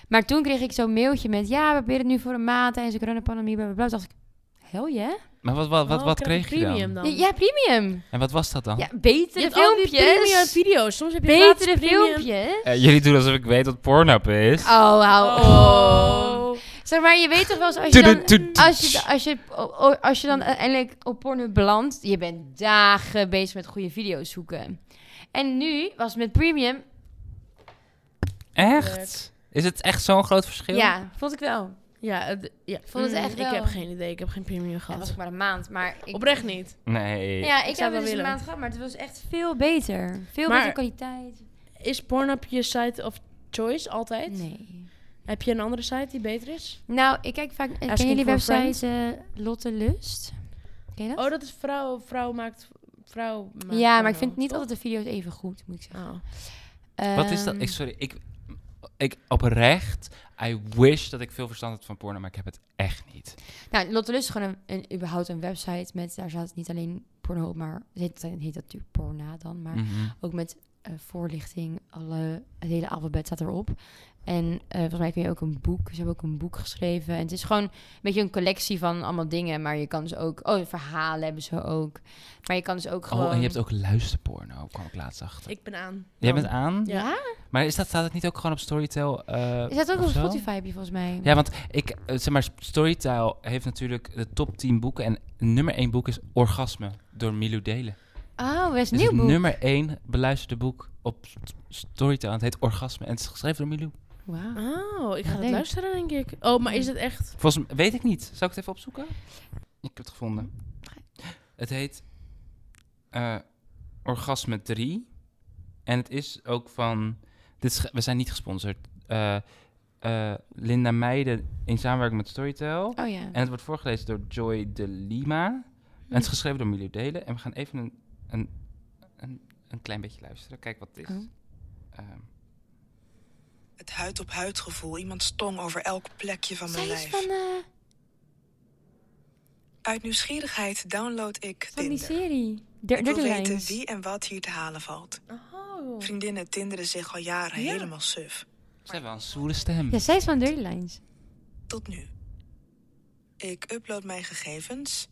Speaker 4: Maar toen kreeg ik zo'n mailtje met... Ja, we proberen het nu voor een maand tijdens de coronapandemie. Bla, bla, bla. Toen dacht ik... Hel je?
Speaker 3: Maar wat, wat, wat,
Speaker 2: Oh,
Speaker 3: wat
Speaker 2: krijg
Speaker 3: kreeg je dan?
Speaker 2: premium dan?
Speaker 4: Ja, premium.
Speaker 3: En wat was dat dan?
Speaker 4: Ja, betere
Speaker 2: Je hebt al die
Speaker 4: filmpjes.
Speaker 2: premium video's. Soms heb je
Speaker 4: betere
Speaker 2: gratis premium.
Speaker 4: filmpjes.
Speaker 3: Eh, jullie doen alsof ik weet wat Pornhub is.
Speaker 2: Ah,
Speaker 4: Oh, hou op.
Speaker 2: Oh.
Speaker 4: Zeg maar, je weet toch wel eens als je
Speaker 3: Tudu,
Speaker 4: dan,
Speaker 3: tudu.
Speaker 4: als je, als je, o- o- als je dan uiteindelijk op porno belandt, je bent dagen bezig met goede video's zoeken. En nu was het met premium,
Speaker 3: Echt? Is het echt zo'n groot verschil?
Speaker 4: ja, vond ik wel.
Speaker 2: Ja, het, ja.
Speaker 4: Vond het
Speaker 2: Mm,
Speaker 4: echt
Speaker 2: Ik
Speaker 4: wel.
Speaker 2: heb geen idee. Ik heb geen premium
Speaker 4: Dat was
Speaker 2: gehad.
Speaker 4: ook maar een maand, maar ik,
Speaker 2: Oprecht niet.
Speaker 3: Nee.
Speaker 4: Ja, ik,
Speaker 2: Ik zou het
Speaker 4: heb
Speaker 2: wel
Speaker 4: het dus een
Speaker 2: willen.
Speaker 4: maand gehad, maar het was echt veel beter, veel
Speaker 2: Maar-
Speaker 4: betere kwaliteit.
Speaker 2: Is Pornhub je site of choice altijd?
Speaker 4: Nee.
Speaker 2: Heb je een andere site die beter is?
Speaker 4: Nou, ik kijk vaak. Ken
Speaker 2: Asking
Speaker 4: jullie
Speaker 2: for a
Speaker 4: website eh, Lotte Lust? Ken je dat?
Speaker 2: Oh, dat is vrouw, vrouw maakt vrouw. Maakt
Speaker 4: ja, maar
Speaker 2: porno,
Speaker 4: ik vind niet
Speaker 2: toch?
Speaker 4: altijd de video's even goed, moet ik zeggen.
Speaker 2: Oh.
Speaker 3: Wat is dat?
Speaker 4: Ehm,
Speaker 3: Ik, sorry, ik, ik oprecht, I wish dat ik veel verstand had van porno, maar ik heb het echt niet.
Speaker 4: Nou, Lotte Lust is gewoon een, een, überhaupt een website met, daar staat niet alleen porno op, maar het heet, het heet natuurlijk porna dan, maar
Speaker 3: Mhm.
Speaker 4: ook met eh, eh, voorlichting. Alle, het hele alfabet staat erop. En eh, volgens mij kun je ook een boek. Ze hebben ook een boek geschreven. En het is gewoon een beetje een collectie van allemaal dingen. Maar je kan dus ook. Oh, verhalen hebben ze ook. Maar je kan dus ook gewoon.
Speaker 3: Oh, en je hebt ook luisterporno, kwam ik laatst achter.
Speaker 2: Ik ben aan.
Speaker 3: Jij bent aan?
Speaker 2: Ja.
Speaker 4: Ja?
Speaker 3: Maar is dat, staat het niet ook gewoon op Storytel? eh,
Speaker 4: Is dat ook
Speaker 3: of
Speaker 4: op
Speaker 3: zo?
Speaker 4: Spotify heb je volgens mij?
Speaker 3: Ja, want ik, eh, zeg maar, Storytel heeft natuurlijk de top 10 boeken. En nummer 1 boek is Orgasme door Milou Delen.
Speaker 4: Oh, West
Speaker 3: Het is
Speaker 4: nieuw
Speaker 3: het
Speaker 4: boek.
Speaker 3: nummer 1 beluisterde boek op st- Storytel. En het heet Orgasme. En het is geschreven door Milou.
Speaker 4: Wauw.
Speaker 2: Oh, ik ga
Speaker 4: Ah. Ja,
Speaker 2: het
Speaker 4: leuk.
Speaker 2: luisteren, denk ik. Oh, maar is het echt?
Speaker 3: Volgens mij, weet ik niet. Zal ik het even opzoeken? Ik heb het gevonden. Het heet eh, Orgasme 3. En het is ook van... Dit is ge- we zijn niet gesponsord. Eh, eh, Linda Meijden in samenwerking met Storytel.
Speaker 4: Oh ja.
Speaker 3: En het wordt voorgelezen door Joy de Lima. En het is geschreven door Milieu Delen. En we gaan even een, een, een, een klein beetje luisteren. Kijk wat het is.
Speaker 4: Oh.
Speaker 3: Ehm,
Speaker 5: Het huid op huid gevoel, iemands tong over elk plekje van mijn
Speaker 4: Zij is
Speaker 5: lijf.
Speaker 4: van, eh,
Speaker 5: Uit nieuwsgierigheid download ik
Speaker 4: van die
Speaker 5: Tinder.
Speaker 4: serie.
Speaker 5: Ik
Speaker 4: Dir-
Speaker 5: wil
Speaker 4: Dirty
Speaker 5: weten
Speaker 4: Lines.
Speaker 5: wie en wat hier te halen valt.
Speaker 2: Oh.
Speaker 5: Vriendinnen tinderen zich al jaren helemaal suf.
Speaker 3: ze hebben wel een zwoele stem.
Speaker 4: Ja, zij is van Dirty Lines.
Speaker 5: Tot nu. Ik upload mijn gegevens.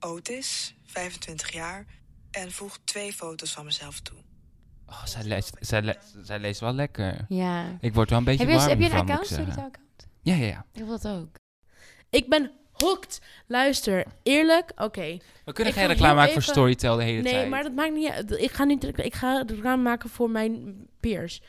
Speaker 5: Otis, 25 jaar. En voeg twee foto's van mezelf toe.
Speaker 3: Oh, zij, leest, zij, le- zij leest wel lekker.
Speaker 4: Ja.
Speaker 3: Ik word wel een beetje
Speaker 4: Heb je,
Speaker 3: warm
Speaker 4: heb je een
Speaker 3: van, moet
Speaker 4: account?
Speaker 3: ik zeggen.
Speaker 4: Storytel-account?
Speaker 3: Ja, ja, ja.
Speaker 4: Ik wil dat ook.
Speaker 2: Ik ben hooked. Luister, eerlijk. Oké.
Speaker 3: We kunnen
Speaker 2: Ik
Speaker 3: geen
Speaker 2: ga
Speaker 3: reclame
Speaker 2: heel
Speaker 3: maken
Speaker 2: even-
Speaker 3: voor Storytel de hele
Speaker 2: Nee,
Speaker 3: tijd.
Speaker 2: maar dat maakt niet uit. Ik ga niet ik ga reclame maken voor mijn peers.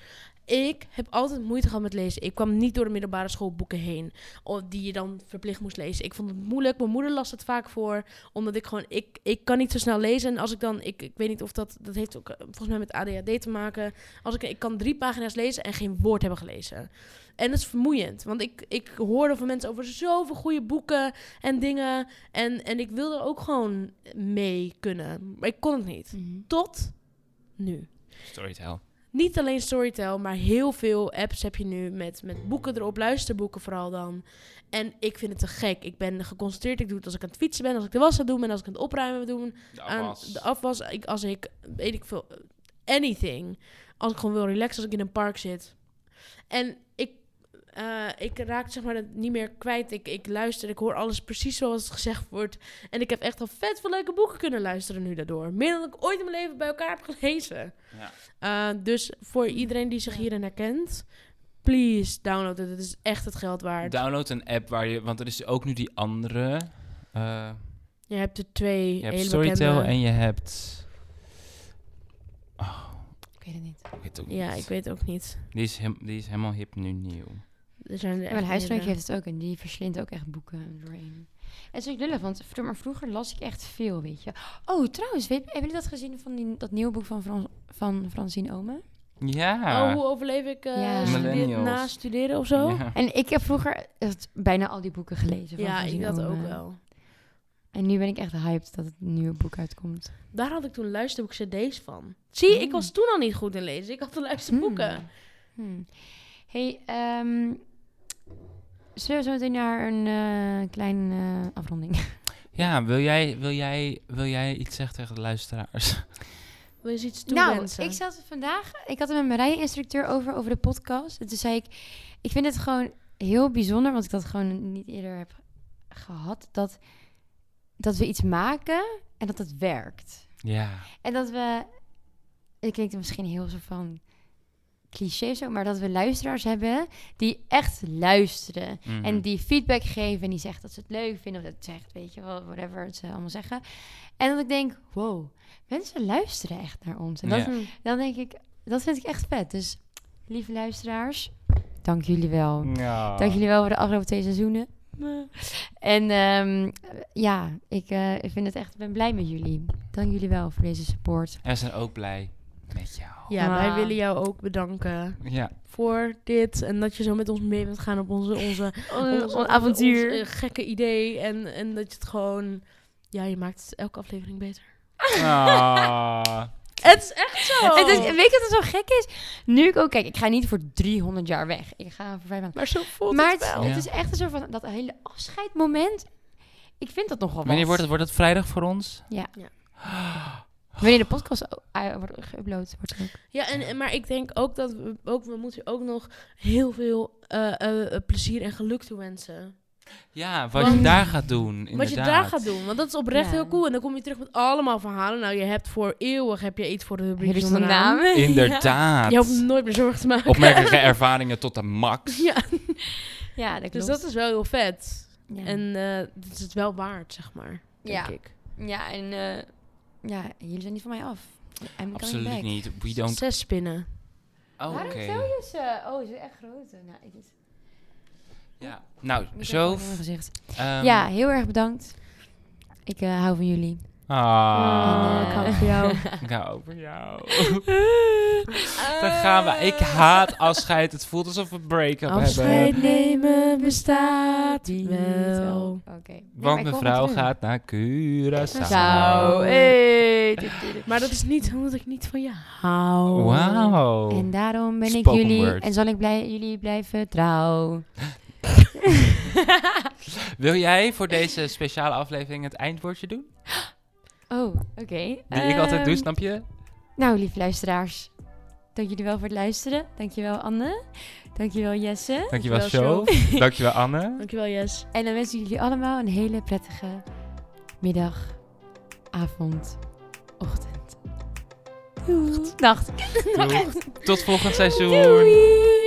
Speaker 2: Ik heb altijd moeite gehad met lezen. Ik kwam niet door de middelbare schoolboeken heen. of Die je dan verplicht moest lezen. Ik vond het moeilijk. Mijn moeder las het vaak voor. Omdat ik gewoon... Ik, ik kan niet zo snel lezen. En als ik dan... Ik, ik weet niet of dat... Dat heeft ook eh, volgens mij met ADHD te maken. Als ik, ik kan drie pagina's lezen en geen woord hebben gelezen. En dat is vermoeiend. Want ik, ik hoorde van mensen over zoveel goede boeken en dingen. En, en ik wilde ook gewoon mee kunnen. Maar ik kon het niet.
Speaker 4: Mhm.
Speaker 2: Tot nu.
Speaker 3: Storytel.
Speaker 2: Niet alleen Storytel, maar heel veel apps heb je nu met, met boeken erop, luisterboeken vooral dan. En ik vind het te gek. Ik ben geconcentreerd. Ik doe het als ik aan het fietsen ben, als ik de was aan het doen ben, als ik aan het opruimen ben doen.
Speaker 3: De
Speaker 2: Aan de afwas, ik, als ik, weet ik veel, anything. Als ik gewoon wil relaxen, als ik in een park zit. En ik, eh, ik raak zeg maar het niet meer kwijt. Ik, ik luister, ik hoor alles precies zoals het gezegd wordt. En ik heb echt al vet veel leuke boeken kunnen luisteren nu daardoor. Meer dan ik ooit in mijn leven bij elkaar heb gelezen.
Speaker 3: Ja.
Speaker 2: Eh, dus voor iedereen die zich hierin herkent, please download het. Het is echt het geld waard.
Speaker 3: Download een app waar je... Want er is ook nu die andere... eh,
Speaker 2: je hebt er twee
Speaker 3: je hebt
Speaker 2: hele
Speaker 3: Storytel
Speaker 2: bekende-
Speaker 3: en je hebt... Oh,
Speaker 4: Ik weet het niet.
Speaker 3: ik weet het ook
Speaker 2: Ja,
Speaker 3: niet.
Speaker 2: ik weet ook niet.
Speaker 3: Die is, hem- die is helemaal hip nu nieuw.
Speaker 2: Er zijn er echt
Speaker 4: mijn huisgenootje
Speaker 2: meerdere.
Speaker 4: heeft het ook en die verslindt ook echt boeken doorheen. Het is ook lullig, want vro- maar vroeger las ik echt veel, weet je. Oh, trouwens, weet, hebben jullie dat gezien van die, dat nieuwe boek van, Fran- van Francine Omen?
Speaker 3: Ja.
Speaker 2: Oh, hoe oh? overleef ik eh,
Speaker 4: Ja.
Speaker 2: studeer-
Speaker 3: Millennials.
Speaker 2: na studeren of zo? Ja,
Speaker 3: Ja.
Speaker 4: En ik heb vroeger echt bijna al die boeken gelezen
Speaker 2: ik
Speaker 4: van Francine
Speaker 2: dat ook
Speaker 4: Omen.
Speaker 2: wel.
Speaker 4: En nu ben ik echt hyped dat het nieuwe boek uitkomt.
Speaker 2: Daar had ik toen luisterboek cd's van. Zie, ik
Speaker 4: Mm.
Speaker 2: was toen al niet goed in lezen. Ik had de luisterboeken.
Speaker 4: Hmm. Hmm. Hey, ehm, zullen we zo meteen naar een eh, kleine eh, afronding?
Speaker 3: Ja, wil jij, wil, jij, wil jij iets zeggen tegen de luisteraars?
Speaker 2: Wil je iets
Speaker 4: Nou,
Speaker 2: toewensen?
Speaker 4: ik zat er vandaag, ik had het met mijn rijinstructeur over, over de podcast. En toen zei ik, ik vind het gewoon heel bijzonder, want ik dat gewoon niet eerder heb gehad, dat, dat we iets maken en dat het werkt.
Speaker 3: Ja.
Speaker 4: En dat we, ik klinkt misschien heel zo van cliché zo, maar dat we luisteraars hebben die echt luisteren.
Speaker 3: Mhm.
Speaker 4: En die feedback geven en die zegt dat ze het leuk vinden. Of dat ze zegt, weet je wel, whatever ze allemaal zeggen. En dat ik denk, wow, mensen luisteren echt naar ons. En dat,
Speaker 3: Ja.
Speaker 4: dan denk ik, dat vind ik echt vet. Dus lieve luisteraars, dank jullie wel.
Speaker 3: Ja.
Speaker 4: Dank jullie wel voor de afgelopen twee seizoenen. En ehm, ja, ik, eh, ik vind het echt, ik ben blij met jullie. Dank jullie wel voor deze support.
Speaker 3: En we zijn ook blij met jou.
Speaker 2: Ja, wij
Speaker 4: Ah.
Speaker 2: willen jou ook bedanken
Speaker 3: Ja.
Speaker 2: voor dit. En dat je zo met ons mee wilt gaan op onze, onze, onze-
Speaker 4: Ons
Speaker 2: onze-
Speaker 4: avontuur.
Speaker 2: ons, eh, gekke idee. En, en dat je het gewoon... Ja, je maakt elke aflevering beter.
Speaker 3: Ah.
Speaker 2: Het is echt zo!
Speaker 4: Het is, weet je wat er zo gek is? Nu ik ook kijk, ik ga niet voor 300 jaar weg. Ik ga voor vijf maanden.
Speaker 2: maar zo voelt
Speaker 4: maar
Speaker 2: het
Speaker 4: het,
Speaker 2: wel.
Speaker 4: het
Speaker 3: Ja.
Speaker 4: is echt een soort van dat hele afscheidmoment. Ik vind dat nogal wat.
Speaker 3: Wanneer wordt het, wordt het vrijdag voor ons?
Speaker 4: Ja.
Speaker 2: Ja.
Speaker 4: Wanneer de podcast o- eh, wordt geüpload, wordt er ook.
Speaker 2: Ja, en, en- maar ik denk ook dat we, ook, we moeten ook nog heel veel eh, eh, eh, plezier en geluk toewensen.
Speaker 3: Ja, wat je
Speaker 2: Want-
Speaker 3: daar gaat doen. Inderdaad.
Speaker 2: Wat je daar gaat doen, want dat is oprecht
Speaker 4: Ja.
Speaker 2: heel cool. En dan kom je terug met allemaal verhalen. Nou, je hebt voor eeuwig heb je iets voor de rubriek
Speaker 4: Hele
Speaker 2: zonder naam.
Speaker 3: Inderdaad.
Speaker 2: Je hoeft nooit meer zorgen te maken.
Speaker 3: Opmerkelijke ervaringen tot de max.
Speaker 2: ja,
Speaker 4: Ja, dat klopt.
Speaker 2: dus dat is wel heel vet.
Speaker 4: ja.
Speaker 2: En eh, dat is het wel waard, zeg maar. Denk
Speaker 4: Ja.
Speaker 2: ik.
Speaker 4: Ja, en eh, ja, jullie zijn niet van mij af. I'm coming
Speaker 3: Absoluut
Speaker 4: back.
Speaker 3: niet. We don't...
Speaker 2: Zes spinnen.
Speaker 3: Oh,
Speaker 4: Waarom
Speaker 3: Oké.
Speaker 4: tel je ze? Oh, ze zijn echt groot. Nou, ik niet.
Speaker 3: Ja. Nou,
Speaker 4: Ik heb
Speaker 3: zo...
Speaker 4: gewoon in mijn gezicht.
Speaker 3: ehm,
Speaker 4: ja, heel erg bedankt. Ik eh, hou van jullie.
Speaker 3: Ah,
Speaker 4: En, eh,
Speaker 2: Oh, ik hou van jou.
Speaker 3: ik hou over jou. Dan
Speaker 2: Ah.
Speaker 3: gaan we. Ik haat afscheid. Het voelt alsof we een break-up hebben.
Speaker 2: Afscheid nemen bestaat wel.
Speaker 4: Oké. Nee, maar
Speaker 3: Want
Speaker 4: ik
Speaker 3: mijn
Speaker 4: kom
Speaker 3: vrouw
Speaker 4: terug.
Speaker 3: gaat naar Curaçao.
Speaker 4: Zo, hey. dit, dit, dit.
Speaker 2: Maar dat is niet omdat ik niet van je hou.
Speaker 3: Wauw.
Speaker 4: En daarom ben ik
Speaker 3: Spoken
Speaker 4: jullie
Speaker 3: word.
Speaker 4: en zal ik blij, jullie blijven trouw.
Speaker 3: Wil jij voor deze speciale aflevering het eindwoordje doen?
Speaker 4: Oh, oké.
Speaker 3: Die ik altijd doe,
Speaker 4: Ehm,
Speaker 3: snap je?
Speaker 4: Nou, lieve luisteraars. Dank jullie wel voor het luisteren. Dankjewel Anne. Dankjewel Jesse.
Speaker 3: Dankjewel,
Speaker 2: dankjewel,
Speaker 3: Show. Dankjewel, Anne.
Speaker 2: Dankjewel, Jess.
Speaker 4: En dan wensen jullie allemaal een hele prettige middag, avond, ochtend. Doei. Nacht.
Speaker 3: Doeg. Tot volgend seizoen.
Speaker 4: Doei.